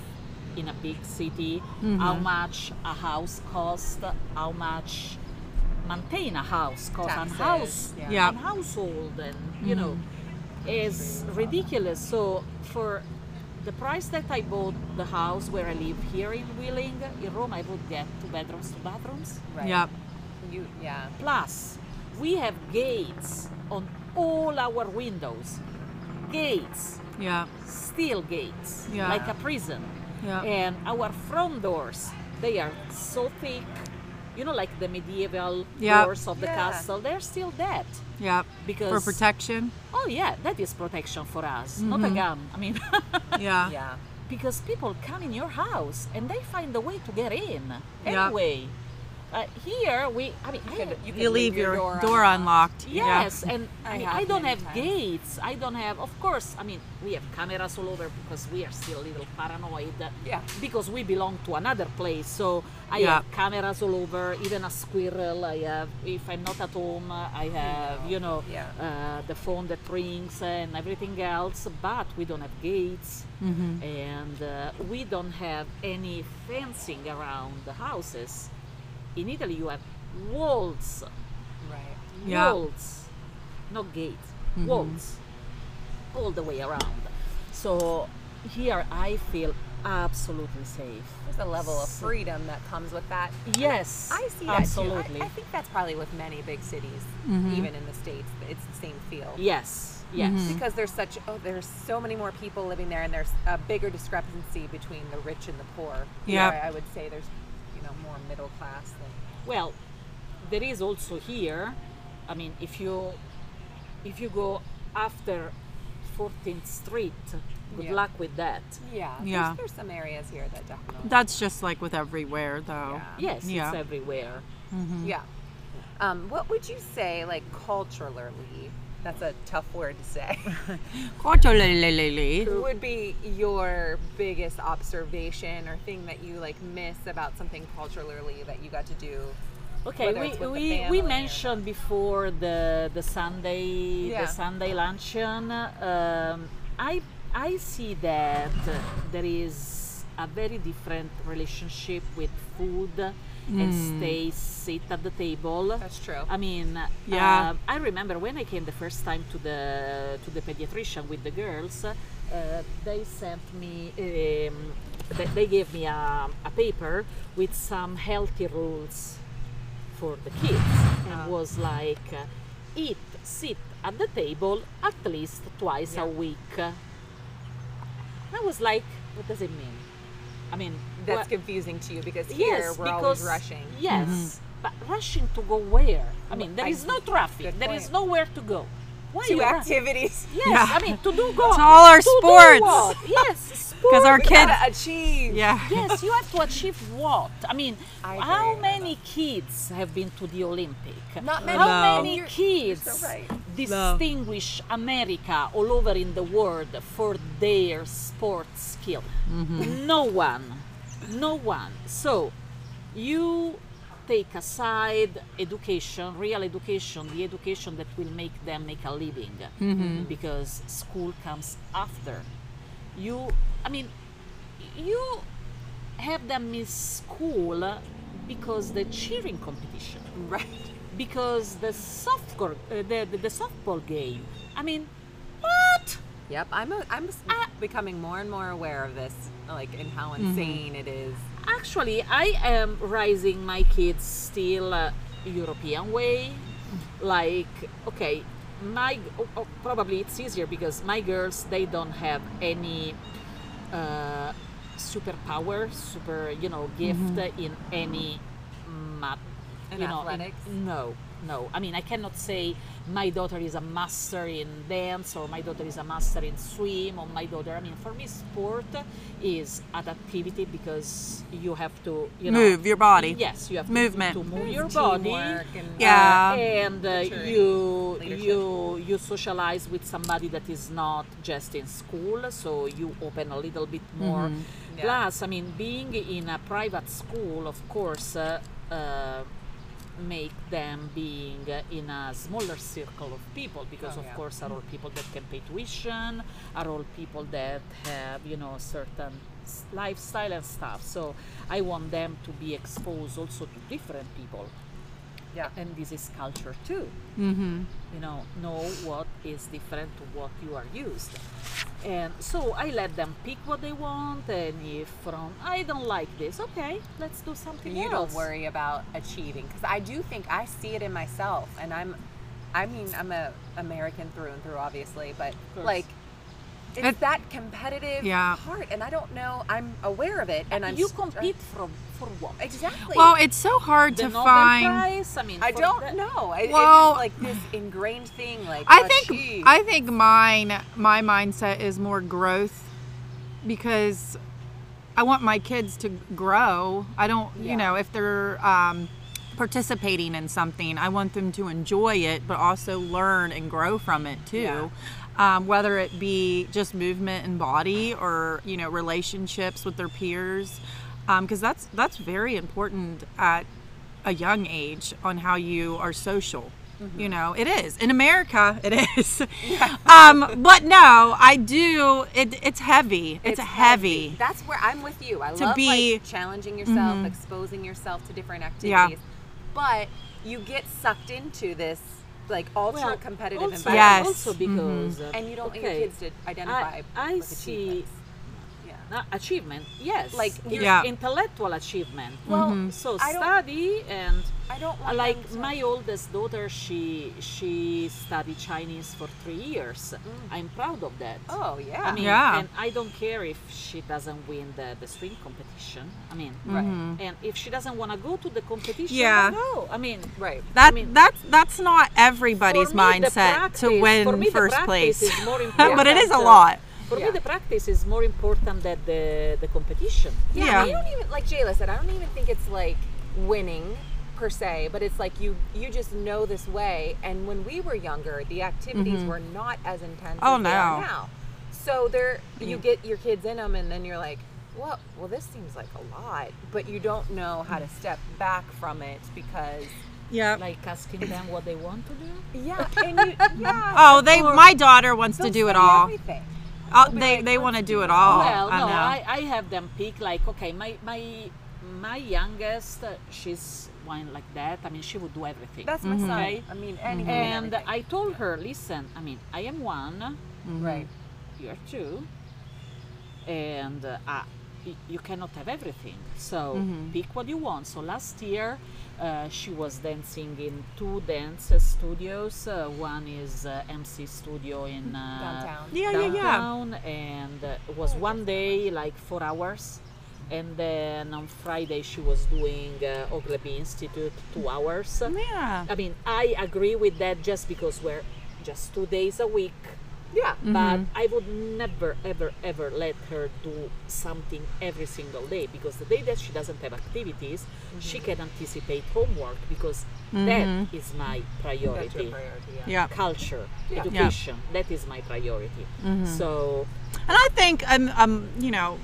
S3: in a big city, how much a house costs, how much maintain a house costs, and house
S1: Taxes, yeah.
S4: Yeah.
S3: and household and you know is ridiculous so for the price that i bought the house where i live here in wheeling in rome i would get two bedrooms two bathrooms
S1: Right.
S4: Yep.
S1: You yeah.
S3: plus we have gates on all our windows gates
S4: Yeah.
S3: steel gates
S4: Yeah.
S3: like a prison
S4: Yeah.
S3: and our front doors they are so thick you know like the medieval
S4: Yeah.
S3: doors of the
S1: Yeah.
S3: castle they're still dead
S4: Yep. For
S3: Because-
S4: protection.
S3: Oh yeah, that is protection for us,
S4: Mm-hmm.
S3: not a gun. I
S4: <laughs>
S3: mean,
S4: Yeah.
S1: Yeah.
S3: because people come in your house and they find a way to get in
S4: Yeah.
S3: anyway. Uh, here we, I mean, I-
S1: You,
S4: You
S1: could
S4: leave your
S1: door,
S4: door
S1: unlocked.
S4: unlocked. Yeah.
S3: yes, and
S1: <laughs>
S3: I,
S1: I
S3: mean,
S1: have
S3: I don't
S1: many
S3: have
S1: times.
S3: gates. I don't have, of course. I mean, we have cameras all over because we are still a little paranoid.
S1: Yeah.
S3: because we belong to another place, so I
S4: Yeah.
S3: have cameras all over. Even a squirrel, I have. If I'm not at home, I have. You know,
S1: Yeah.
S3: uh, the phone that rings and everything else. But we don't have gates,
S1: Mm-hmm.
S3: and uh, we don't have any fencing around the houses. In Italy, you have walls,
S1: Right.
S4: Yeah.
S3: walls, not gates,
S1: Mm-hmm.
S3: walls, all the way around. So here, I feel absolutely safe.
S1: There's a level of
S3: So-
S1: freedom that comes with that.
S3: Yes,
S1: I see that
S3: absolutely.
S1: too. I, I think that's probably with many big cities, even in the states. It's the same feel. Mm-hmm.
S3: Yes, yes, Mm-hmm.
S1: Because there's such oh, there's so many more people living there, and there's a bigger discrepancy between the rich and the poor.
S4: Yeah.
S1: Where I would say there's you know more middle class than
S3: Well, there is also here. I mean, if you if you go after 14th Street, good
S1: Yeah.
S3: luck with that.
S1: yeah. there's-
S4: Yeah.
S1: There's, some areas here that definitely
S4: That's just like with everywhere, though.
S1: Yeah.
S3: Yes,
S4: Yeah.
S3: it's everywhere.
S1: yeah. Um, what would you say like culturally? That's a tough word to say. <laughs>
S4: Quattolelelele.
S1: would be your biggest observation or thing that you like miss about something culturally that you got to do?
S3: Okay,
S1: Whether
S3: we,
S1: it's with the
S3: we,
S1: family
S3: we
S1: or-
S3: mentioned before the the Sunday
S1: Yeah.
S3: the Sunday luncheon. Um, I I see that there is a very different relationship with food and
S1: Mm.
S3: stay sit at the table.
S1: That's true.
S3: I mean,
S4: Yeah.
S3: uh, I remember when I came the first time to the to the pediatrician with the girls, uh, they sent me. Um, they, they gave me a, a paper with some healthy rules for the kids
S1: Uh-huh.
S3: and was like uh, eat sit at the table at least twice a week and i was like what does it mean i mean
S1: That's
S3: what-
S1: confusing to you because here
S3: yes
S1: we're always
S3: because
S1: rushing.
S3: yes
S4: Mm-hmm.
S3: but rushing to go where i mean there
S1: I-
S3: is no traffic
S1: good
S3: there is
S1: point.
S3: nowhere to go why
S1: Two
S3: you run?
S1: activities.
S3: yes
S4: Yeah.
S3: i mean to
S1: <laughs>
S3: do go
S4: It's all our
S3: to do
S4: sports. <laughs>
S3: what? yes
S4: Because our
S1: We
S4: kids,
S1: gotta achieve.
S4: yeah.
S3: yes, you have to achieve what? I mean,
S1: I agree,
S3: how
S1: Elena.
S3: many kids have been to the Olympic?
S1: Not many.
S3: How
S4: No.
S3: many
S1: You're-
S3: kids
S1: you're so right.
S3: distinguish America all over in the world for their sport skill? No one. No one. So you take aside education, real education, the education that will make them make a living, because school comes after. You, I mean, you have them miss school because the cheering competition,
S1: Right.
S3: because the softcore, uh, the, the the softball game. I mean, what?
S1: Yep. I'm a, I'm s-
S3: Ah.
S1: becoming more and more aware of this, like and how insane it is.
S3: Actually, I am raising my kids still uh, European way. Like, okay, my oh, oh, probably it's easier because my girls they don't have any uh, superpower, super you know gift in any mat.
S1: Mm-hmm. In
S3: you know,
S1: athletics?
S3: no, no. I mean, I cannot say my daughter is a master in dance or my daughter is a master in swim or my daughter. I mean, for me, sport is an activity because you have to you know,
S4: Move your body.
S3: Yes, you have
S4: Movement.
S3: to, to move your
S1: Teamwork
S3: body.
S1: and
S4: Yeah.
S3: Uh, and uh,
S1: Nurturing.
S3: you
S1: Leadership.
S3: you you socialize with somebody that is not just in school, so you open a little bit more.
S1: Yeah.
S3: Plus, I mean, being in a private school, of course, uh, uh, make them being uh, in a smaller circle of people because,
S1: Oh,
S3: of
S1: yeah.
S3: course, are all people that can pay tuition, are all people that have you know certain s- lifestyle and stuff. So I want them to be exposed also to different people
S1: Yeah.
S3: and this is culture too. You know, know what is different to what you are used. And so I let them pick what they want, and if from I don't like this, okay, let's do something
S1: you
S3: else.
S1: don't worry about achieving because i do think i see it in myself and i'm i mean i'm a american through and through obviously but
S3: course.
S1: like it's
S4: It-
S1: that competitive
S4: Yeah.
S1: part and i don't know i'm aware of it and i'm
S3: you
S1: str-
S3: compete from for what?
S1: exactly
S4: Well, it's so hard
S3: The
S4: to
S3: Nobel
S4: find.
S3: Prize. I mean,
S1: i
S3: for
S1: don't
S3: that-
S1: know I,
S4: Well-
S1: it's just like this ingrained thing like
S4: I think
S1: achieve.
S4: I think mine my mindset is more growth because I want my kids to grow. I don't,
S1: Yeah.
S4: you know, if they're um, participating in something, I want them to enjoy it, but also learn and grow from it too. Um, whether it be just movement and body, or you know, relationships with their peers, because that's that's very important at a young age on how you are social.
S3: Mm-hmm.
S4: You know, it is in America. <laughs> It is, um, but no, I do. It, it's heavy. It's, heavy.
S1: that's where i'm with you i
S4: To
S1: love
S4: be- Mm-hmm.
S1: like challenging yourself exposing yourself to different activities but you get sucked into this like ultra
S3: Well,
S1: competitive
S3: also,
S1: environment
S4: Yes.
S3: Also because uh,
S1: and you don't want
S3: okay,
S1: your kids to identify.
S3: I
S1: with
S3: see-
S1: achievements.
S3: uh, achievement. Yes,
S1: Like,
S3: your
S4: Yeah.
S3: intellectual achievement.
S1: Well,
S3: So
S1: I don't-
S3: study and
S1: I don't
S3: Uh,
S1: want
S3: like
S1: them to-
S3: my oldest daughter she she studied chinese for three years i'm proud of that
S1: Mm. Oh yeah.
S3: I mean,
S4: Yeah.
S3: and I don't care if she doesn't win the, the swing competition. I mean,
S1: Right.
S3: and if she doesn't want to go to the competition,
S4: Mm-hmm. Yeah.
S3: no. I mean,
S1: Right.
S4: That
S3: I mean-
S4: that's that's not everybody's
S3: for me, the
S4: mindset
S3: practice-
S4: to win
S3: for me, the
S4: first
S3: practice
S4: place.
S3: is more
S4: <laughs> but it is
S3: important,
S4: a
S3: uh,
S4: lot.
S3: For
S1: Yeah.
S3: me, the practice is more important than the the competition.
S1: yeah.
S4: yeah.
S1: I don't even like Jayla said. I don't even think it's like winning per se, but it's like you you just know this way. And when we were younger, the activities were not as intense.
S4: Oh,
S1: as they are
S4: no.
S1: now. So there, you get your kids in them, and then you're like. Well, well, this seems like a lot, but you don't know how to step back from it because
S4: Yeah.
S3: Like asking them what they want to do.
S1: <laughs> yeah, and you, yeah,
S4: oh, they. my daughter wants to
S1: they'll
S4: do it
S1: say
S4: all.
S1: everything.
S4: Oh, they they want to do it all.
S3: Well,
S4: Oh, I
S3: no,
S4: know.
S3: I, I have them pick like okay, my my my youngest, uh, she's one like that. I mean, she would do everything.
S1: That's my son.
S3: Okay?
S1: I mean, anything.
S3: And
S1: Mm-hmm. And, everything.
S3: I told her, listen, I mean, I am one,
S1: right.
S3: you are two, and uh, I- y- you cannot have everything. So pick what you want. So last year, uh, she was dancing in two dance studios. Uh, one is uh, MC Studio in uh,
S1: Downtown.
S4: Yeah, yeah, yeah.
S3: downtown, and uh, it was one day like four hours. And then on Friday she was doing uh, Ogilvy Institute two hours.
S4: yeah.
S3: I mean, I agree with that just because we're just two days a week.
S1: Yeah.
S4: Mm-hmm.
S3: But I would never, ever, ever let her do something every single day because the day that she doesn't have activities,
S4: Mm-hmm.
S3: she can anticipate homework because that is my priority.
S1: That's your priority. Yeah.
S4: Yeah.
S3: Culture,
S1: Yeah. Mm-hmm.
S4: Yeah.
S3: education, that is my priority. So
S4: And I think um, um you know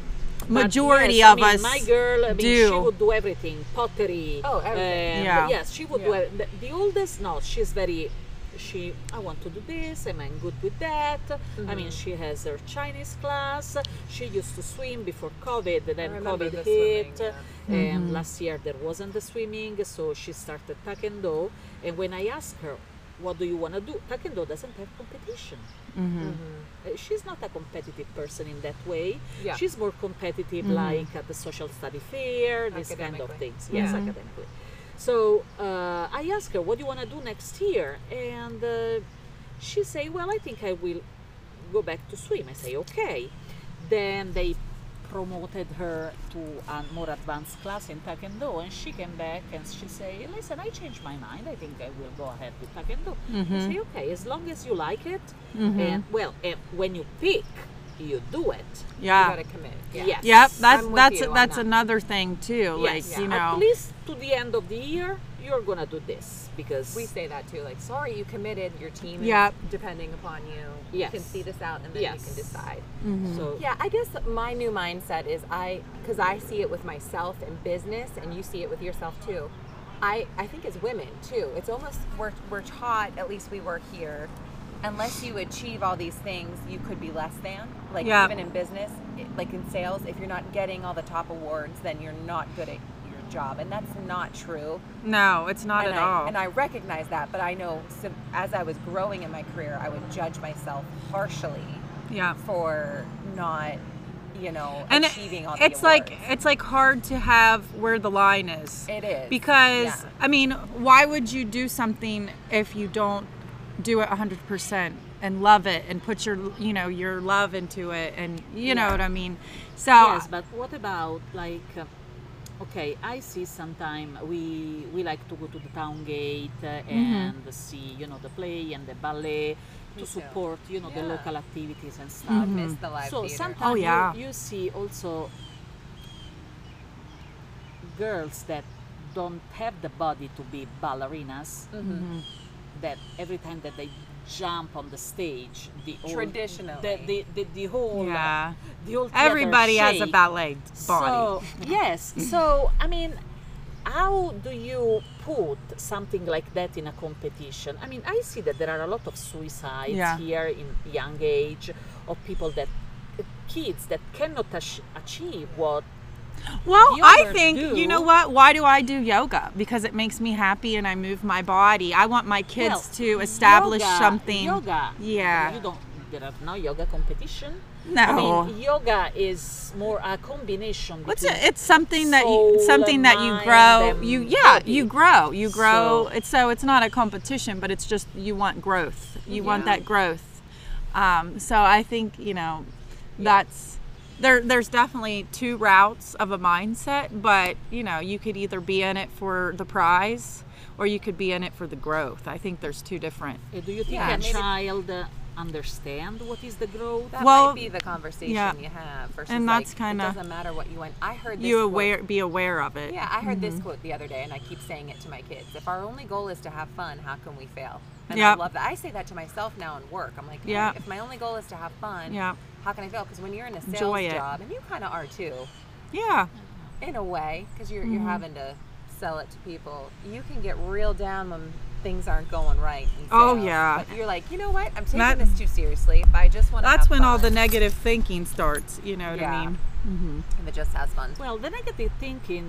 S4: majority
S3: yes, I
S4: of
S3: mean,
S4: us
S3: my girl I mean, she
S4: do.
S3: would do everything pottery
S1: Oh, everything.
S3: and-
S4: Yeah.
S3: yes she would do
S1: Yeah.
S3: ev- the, the oldest no she's very she i want to do this am i good with that i
S1: Mm-hmm.
S3: mean she has her chinese class she used to swim before covid and then
S1: remember the
S3: covid hit
S1: swimming, Mm-hmm.
S3: and last year there wasn't the swimming so she started taekwondo and when i asked her what do you want to do taekwondo doesn't have competition
S1: Mm-hmm.
S3: uh, she's not a competitive person in that way.
S1: Yeah.
S3: She's more competitive, like at the social study fair, this kind of
S1: Academically.
S3: things. Yes,
S1: Yeah.
S3: academically. So uh, I asked her, "What do you want to do next year?" And uh, she say, "Well, I think I will go back to swim." I say, "Okay." Then they promoted her to a more advanced class in taekwondo, and she came back and she say, "Listen, I changed my mind. I think I will go ahead with taekwondo." I say, "Okay, as long as you like it, and well, and when you pick, you do it."
S1: You
S4: yeah
S1: gotta commit.
S3: Yes.
S4: yep
S1: I'm
S4: that's
S1: with
S4: that's
S1: you on
S4: that's
S1: that.
S4: another thing too
S3: Yes.
S4: like you
S3: at
S4: know
S3: least to the end of the year, you're gonna do this because
S1: We say that too. Like, sorry, you committed. Your team is
S4: Yep.
S1: depending upon you.
S3: Yes.
S1: You can see this out, and then you
S3: Yes.
S1: can decide.
S4: Mm-hmm.
S3: so
S1: Yeah, I guess my new mindset is I, because I see it with myself in business, and you see it with yourself too. I, I think as women too, it's almost we're, we're taught, at least we were here, unless you achieve all these things, you could be less than. Like
S4: Yeah.
S1: even in business, it- like in sales, if you're not getting all the top awards, then you're not good at your job. And that's not true
S4: no it's not
S1: and
S4: at
S1: I,
S4: all
S1: And I recognize that, but I know so, as I was growing in my career, I would judge myself harshly
S4: yeah
S1: for not, you know,
S4: and it-
S1: achieving all the
S4: it's like
S1: awards.
S4: it's like hard to have where the line is
S1: It is,
S4: because
S1: yeah.
S4: i mean why would you do something if you don't do it 100% and love it and put your you know your love into it and you know what i mean so uh,
S3: Yes, but what about like? uh, Okay, I see. Sometimes we we like to go to the town gate uh,
S4: Mm-hmm.
S3: and see you know the play and the ballet to support you know the
S1: Yeah.
S3: local activities and stuff.
S1: miss the live
S3: so
S1: theater.
S3: sometimes
S4: Mm-hmm. Oh,
S3: you-
S4: yeah.
S3: you, see also girls that don't have the body to be ballerinas.
S1: Mm-hmm.
S4: Mm-hmm.
S3: That every time that they jump on the stage, the whole-
S1: Traditionally.
S3: the the, the, the whole uh,
S4: Yeah.
S3: the whole theater
S4: everybody has a
S3: shake.
S4: ballet body
S3: So, yes. So, I mean, how do you put something like that in a competition? I mean, I see that there are a lot of suicides
S4: Yeah.
S3: here in young age of people that uh, kids that cannot ach- achieve what
S4: Well,
S3: The
S4: I
S3: others
S4: think you
S3: do.
S4: know what? Why do I do yoga? Because it makes me happy and I move my body. I want my kids
S3: Well,
S4: to establish
S3: yoga-
S4: something.
S3: Yoga.
S4: Yeah.
S3: You don't. There are no yoga competition. I
S4: No.
S3: mean, yoga is more a combination.
S4: What's it?
S3: between
S4: It's something that you
S3: soul
S4: something
S3: and
S4: that you
S3: mind
S4: grow.
S3: and
S4: You yeah,
S3: body.
S4: you grow. You grow.
S3: So-
S4: It's so it's not a competition, but it's just you want growth. You want
S3: Yeah.
S4: that growth. Um, so I think you know that's there. There's definitely two routes of a mindset, but you know you could either be in it for the prize or you could be in it for the growth. I think there's two different.
S3: Uh, Do you think
S1: Yeah,
S3: a
S1: maybe-
S3: child uh, understand what is the growth?
S1: that
S4: well,
S1: might be the conversation
S4: yeah.
S1: you have. Versus
S4: And that's
S1: like,
S4: kinda-
S1: it doesn't matter what you want. I heard this
S4: You
S1: quote-
S4: aware, mm-hmm. be aware of it.
S1: Yeah, I heard this quote the other day, and I keep saying it to my kids. If our only goal is to have fun, how can we fail? And I
S4: Yep.
S1: love that. I say that to myself now in work. I'm like, "Oh,
S4: Yep.
S1: if my only goal is to have fun,
S4: Yep.
S1: how can I fail? Because when you're in a sales
S4: Enjoy it.
S1: job, and you kind of are too,
S4: Yeah. Mm-hmm.
S1: in a way, because you're, you're having to sell it to people, you can get real down when things aren't going right. in
S4: Oh,
S1: sales.
S4: yeah.
S1: But you're like, you know what? I'm taking
S4: That-
S1: this too seriously. If I just want to.
S4: That's
S1: have
S4: when all the
S1: fun,
S4: negative thinking starts. You know what I
S1: Yeah.
S4: mean?
S1: If it just has fun.
S3: Well, the negative thinking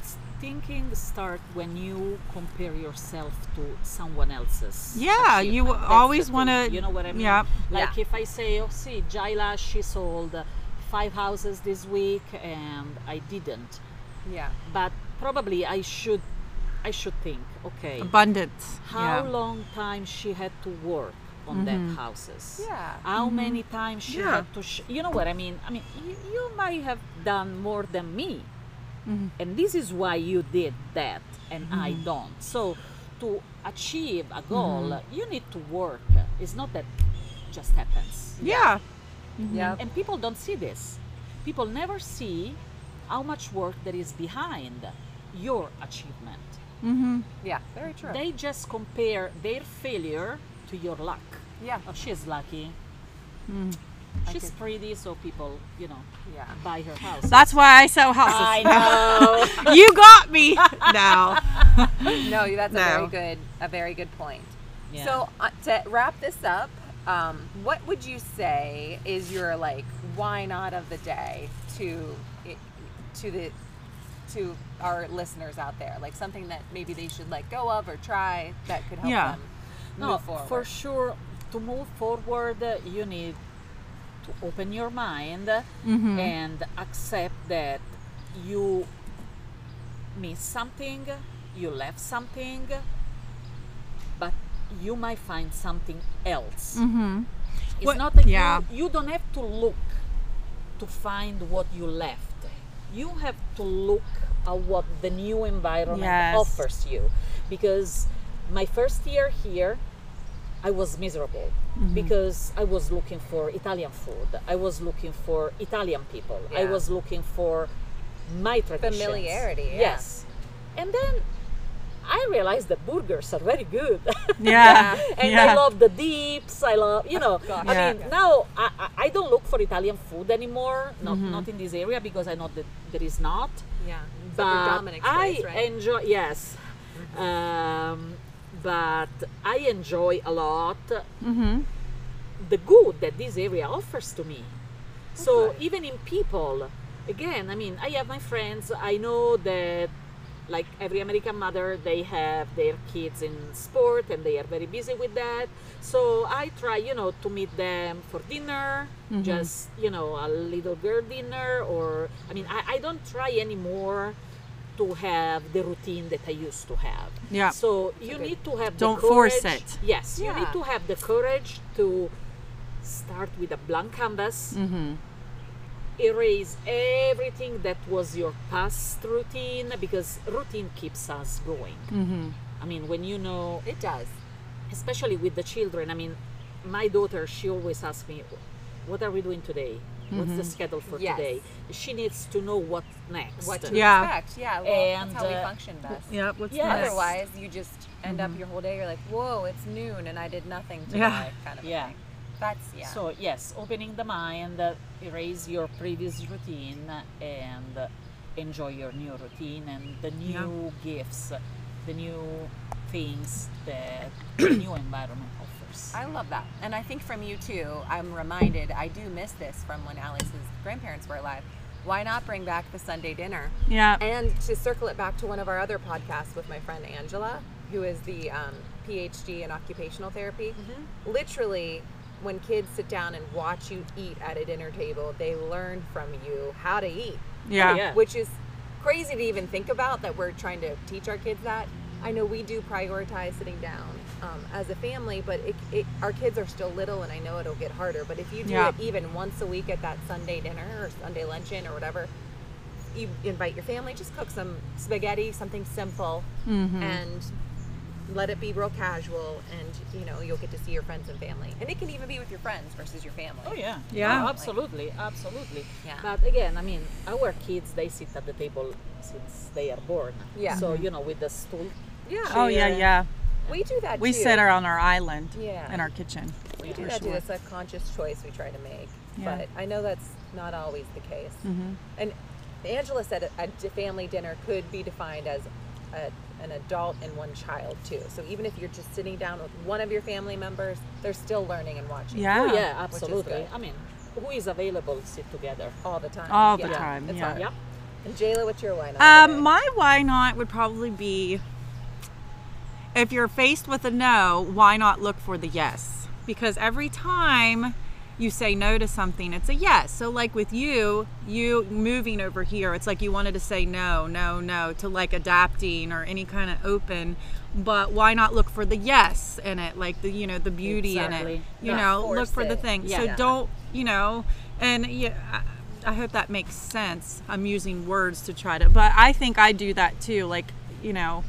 S3: thinking start when you compare yourself to someone else's.
S4: Yeah, you
S3: achievement. That's
S4: always
S3: the
S4: wanna-
S3: thing, You know what I mean?
S4: yeah.
S3: Like
S1: Yeah.
S3: if I say, oh, see, Jaila, she sold five houses this week, and I didn't.
S1: Yeah.
S3: But probably I should, I should think, okay,
S4: Abundance.
S3: how
S4: yeah.
S3: long time she had to work on that houses?
S1: Yeah.
S3: How many times she
S4: Yeah.
S3: had to? Sh- you know what I mean? I mean, you, you might have done more than me, and this is why you did that, and I don't. So, to achieve a goal, you need to work. It's not that just happens,
S4: Yeah. Mm-hmm.
S1: Yeah.
S3: and people don't see this. People never see how much work there is behind your achievement
S1: Yeah. Very true.
S3: they just compare their failure to your luck.
S1: Yeah.
S3: Oh, she's lucky. She's pretty, so people, you know,
S1: Hmm. Yeah.
S3: buy her house.
S4: That's why I sell
S1: <laughs>
S4: houses. <laughs>
S3: I know.
S4: you got me now.
S1: No, that's
S4: No.
S1: a very good a very good point.
S3: Yeah.
S1: So uh, to wrap this up, um, what would you say is your like why not of the day to it- to the to our listeners out there? Like something that maybe they should let go of or try that could help
S4: Yeah.
S1: them move
S3: no,
S1: forward.
S3: Oh, for sure, to move forward, uh, you need to open your mind
S1: Mm-hmm.
S3: and accept that you missed something, you left something, but you might find something else.
S4: Mm-hmm.
S3: It's
S4: What-
S3: not that
S4: yeah.
S3: you, you don't have to look to find what you left. You have to look at what the new environment
S4: Yes.
S3: offers you. Because my first year here, I was miserable
S4: Mm-hmm.
S3: because I was looking for Italian food. I was looking for Italian people. I
S1: Yeah.
S3: was looking for my traditions.
S1: Familiarity, yeah.
S3: Yes. And then I realized that burgers are very good. <laughs>
S4: Yeah,
S3: and
S4: yeah.
S3: I love the dips. I love, you know, I
S4: Yeah.
S3: mean, now I, I- I don't look for Italian food anymore, not,
S4: Mm-hmm.
S3: not in this area because I know that there is not.
S1: yeah, it's like your
S3: but
S1: Dominic's
S3: I
S1: place, right? Mm-hmm.
S3: enjoy, yes. Um, but I enjoy a lot
S4: Mm-hmm.
S3: the good that this area offers to me. So even in people, again, I mean, I have my friends. I know that, like every American mother, they have their kids in sport and they are very busy with that. So I try, you know, to meet them for dinner,
S4: Mm-hmm.
S3: just you know, a little girl dinner, or I mean, I, I don't try anymore to have the routine that I used to have.
S4: Yeah.
S3: So you
S1: good-
S3: need to have
S4: Don't
S3: the courage.
S4: force it.
S3: Yes, you need
S1: Yeah.
S3: to have the courage to start with a blank canvas, erase everything that was your past routine because routine keeps us going. I mean, when you know,
S1: It does.
S3: especially with the children, I mean, my daughter, she always asks me, What are we doing today? What's the schedule for
S1: Yes.
S3: today? She needs to know what's next.
S1: What to
S4: Yeah.
S1: expect? Yeah, well,
S3: And,
S1: that's how we
S3: uh,
S1: function best.
S4: Yeah. What's
S3: Yeah.
S4: next?
S1: Otherwise, you just end up your whole day. You're like, whoa, it's noon and I did nothing today.
S4: Yeah.
S1: Kind of a
S3: Mm-hmm. Yeah.
S1: thing. That's yeah.
S3: So yes, opening the mind, uh, erase your previous routine, and uh, enjoy your new routine and the new gifts, the new things that <clears throat> the new environment offers.
S1: I love that. And I think from you too, I'm reminded, I do miss this from when Alex's grandparents were alive. Why not bring back the Sunday dinner?
S4: Yeah.
S1: And to circle it back to one of our other podcasts with my friend Angela, who is the um, PhD in occupational therapy,
S3: Mm-hmm.
S1: literally, when kids sit down and watch you eat at a dinner table, they learn from you how to eat.
S4: Yeah.
S3: Yeah.
S1: Which is crazy to even think about that we're trying to teach our kids that. I know we do prioritize sitting down um, as a family, but it, it, our kids are still little, and I know it'll get harder. But if you do
S4: Yeah.
S1: it even once a week at that Sunday dinner or Sunday luncheon or whatever, you invite your family, just cook some spaghetti, something simple,
S4: Mm-hmm.
S1: and let it be real casual. And you know, you'll get to see your friends and family, and it can even be with your friends versus your family.
S3: Oh yeah,
S4: Yeah.
S3: Oh, absolutely, absolutely.
S1: Yeah.
S3: But again, I mean, our kids they sit at the table since they are born.
S1: Yeah.
S3: So you know, with the stool.
S1: Yeah,
S4: Oh yeah,
S3: Yeah.
S4: yeah.
S1: we do that.
S4: We
S1: too.
S4: sit on our island
S1: Yeah.
S4: in our kitchen.
S1: We do
S4: For
S1: that too.
S4: sure.
S1: That's a conscious choice we try to make.
S4: Yeah. Mm-hmm.
S1: But I know that's not always the case. And Angela said a, a d- family dinner could be defined as a, an adult and one child too. So even if you're just sitting down with one of your family members, they're still learning and watching.
S4: Yeah.
S1: which
S4: Yeah,
S1: is good.
S3: I mean, who is available sit together?
S1: all the time.
S4: All the time,
S1: It's
S4: yeah.
S1: hard.
S3: Yep.
S1: And Jayla, what's your wine? of the day?
S4: Um, my why not would probably be if you're faced with a no, why not look for the yes? Because every time you say no to something, it's a yes. So, like with you, you moving over here, it's like you wanted to say no, no, no to like adapting or any kind of open. But why not look for the yes in it, like the you know the beauty in
S3: Exactly.
S4: it. You
S1: Not
S4: know, look
S1: force
S4: for the
S1: it.
S4: thing. So
S3: Yeah.
S4: don't you know, and yeah. I- I hope that makes sense. I'm using words to try to, but I think I do that too. Like, you know,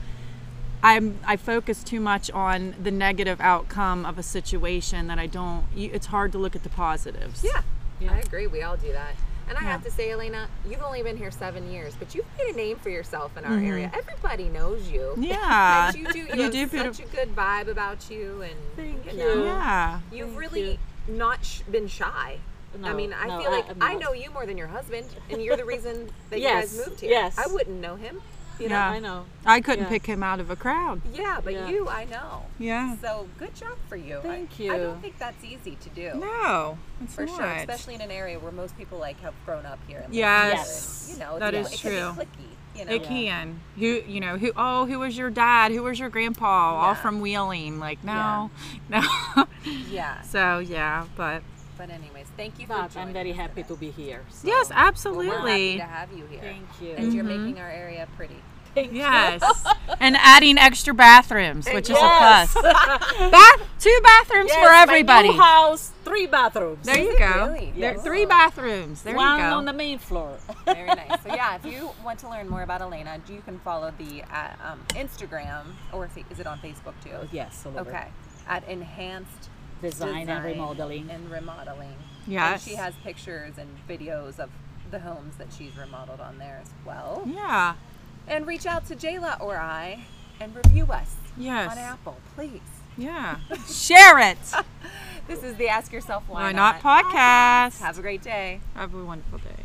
S4: I'm I focus too much on the negative outcome of a situation that I don't. You, it's hard to look at the positives.
S1: Yeah,
S3: Yeah.
S1: I agree. We all do that. And I
S4: Yeah.
S1: have to say, Elena, you've only been here seven years, but you've made a name for yourself in our area. Everybody knows you.
S4: Mm-hmm. Yeah.
S1: <laughs> But
S3: Uh,
S1: you
S4: <laughs>
S3: <laughs>
S1: do. You,
S4: You
S1: have
S4: do
S1: such
S4: beauti-
S1: a good vibe about you, and
S3: Thank
S1: you. Know,
S3: you.
S4: Yeah.
S1: You've
S3: Thank
S1: really not sh- been shy. I
S3: No,
S1: mean, I
S3: no,
S1: feel
S3: I-
S1: like
S3: I'm
S1: I,
S3: not.
S1: know you more than your husband, and you're the
S3: <laughs>
S1: reason that you
S3: Yes,
S1: guys moved here.
S3: yes.
S1: I wouldn't know him.
S3: You know,
S4: Yeah.
S3: I know.
S4: I couldn't
S3: Yeah.
S4: pick him out of a crowd.
S1: Yeah, but
S3: Yeah.
S1: you, I know.
S4: Yeah.
S1: So good job for you. I-
S3: Thank
S1: I
S3: you.
S1: don't think that's easy to do.
S4: No, it's
S1: For
S4: not.
S1: sure, especially in an area where most people like have grown up here. And lived
S4: Yes.
S1: here. you know it's
S4: That
S1: a-
S4: is
S1: it
S4: true.
S1: Can be clicky, you know?
S4: It can. Who you know? Who? Oh, who was your dad? Who was your grandpa? All
S1: Yeah.
S4: from Wheeling. Like no, <laughs> no.
S1: Yeah.
S4: so yeah, but
S1: But anyways, thank you for
S3: But
S1: joining
S3: I'm very
S1: us
S3: happy
S1: today.
S3: to be here. so-
S4: yes,
S1: We're happy
S4: absolutely.
S1: to have you here.
S3: Thank you.
S1: And you're making our area pretty.
S4: Yes. and adding extra bathrooms, which
S3: Yes. <laughs>
S4: is a plus. Bath, two bathrooms
S3: Yes,
S4: for
S3: my new
S4: everybody.
S3: house, three bathrooms.
S4: There
S1: Is
S4: you
S1: it
S4: go.
S1: really?
S4: There
S1: Yes.
S4: three bathrooms. There
S3: One
S4: you go.
S3: on the main floor.
S1: Very nice. So yeah, if you want to learn more about Elena, you can follow the uh, um, Instagram or fa- is it on Facebook too?
S3: yes, a little bit.
S1: Okay. At enhanced
S3: Design and remodeling.
S1: and remodeling.
S4: Yes.
S1: And she has pictures and videos of the homes that she's remodeled on there as well.
S3: Mm-hmm.
S4: yeah.
S1: and reach out to Jayla or I and review us
S4: Yes.
S1: on Apple, please.
S4: Yeah. Share it.
S1: This is the Ask Yourself Why,
S4: Why Not podcast.
S1: Have a great day.
S4: Have a wonderful day.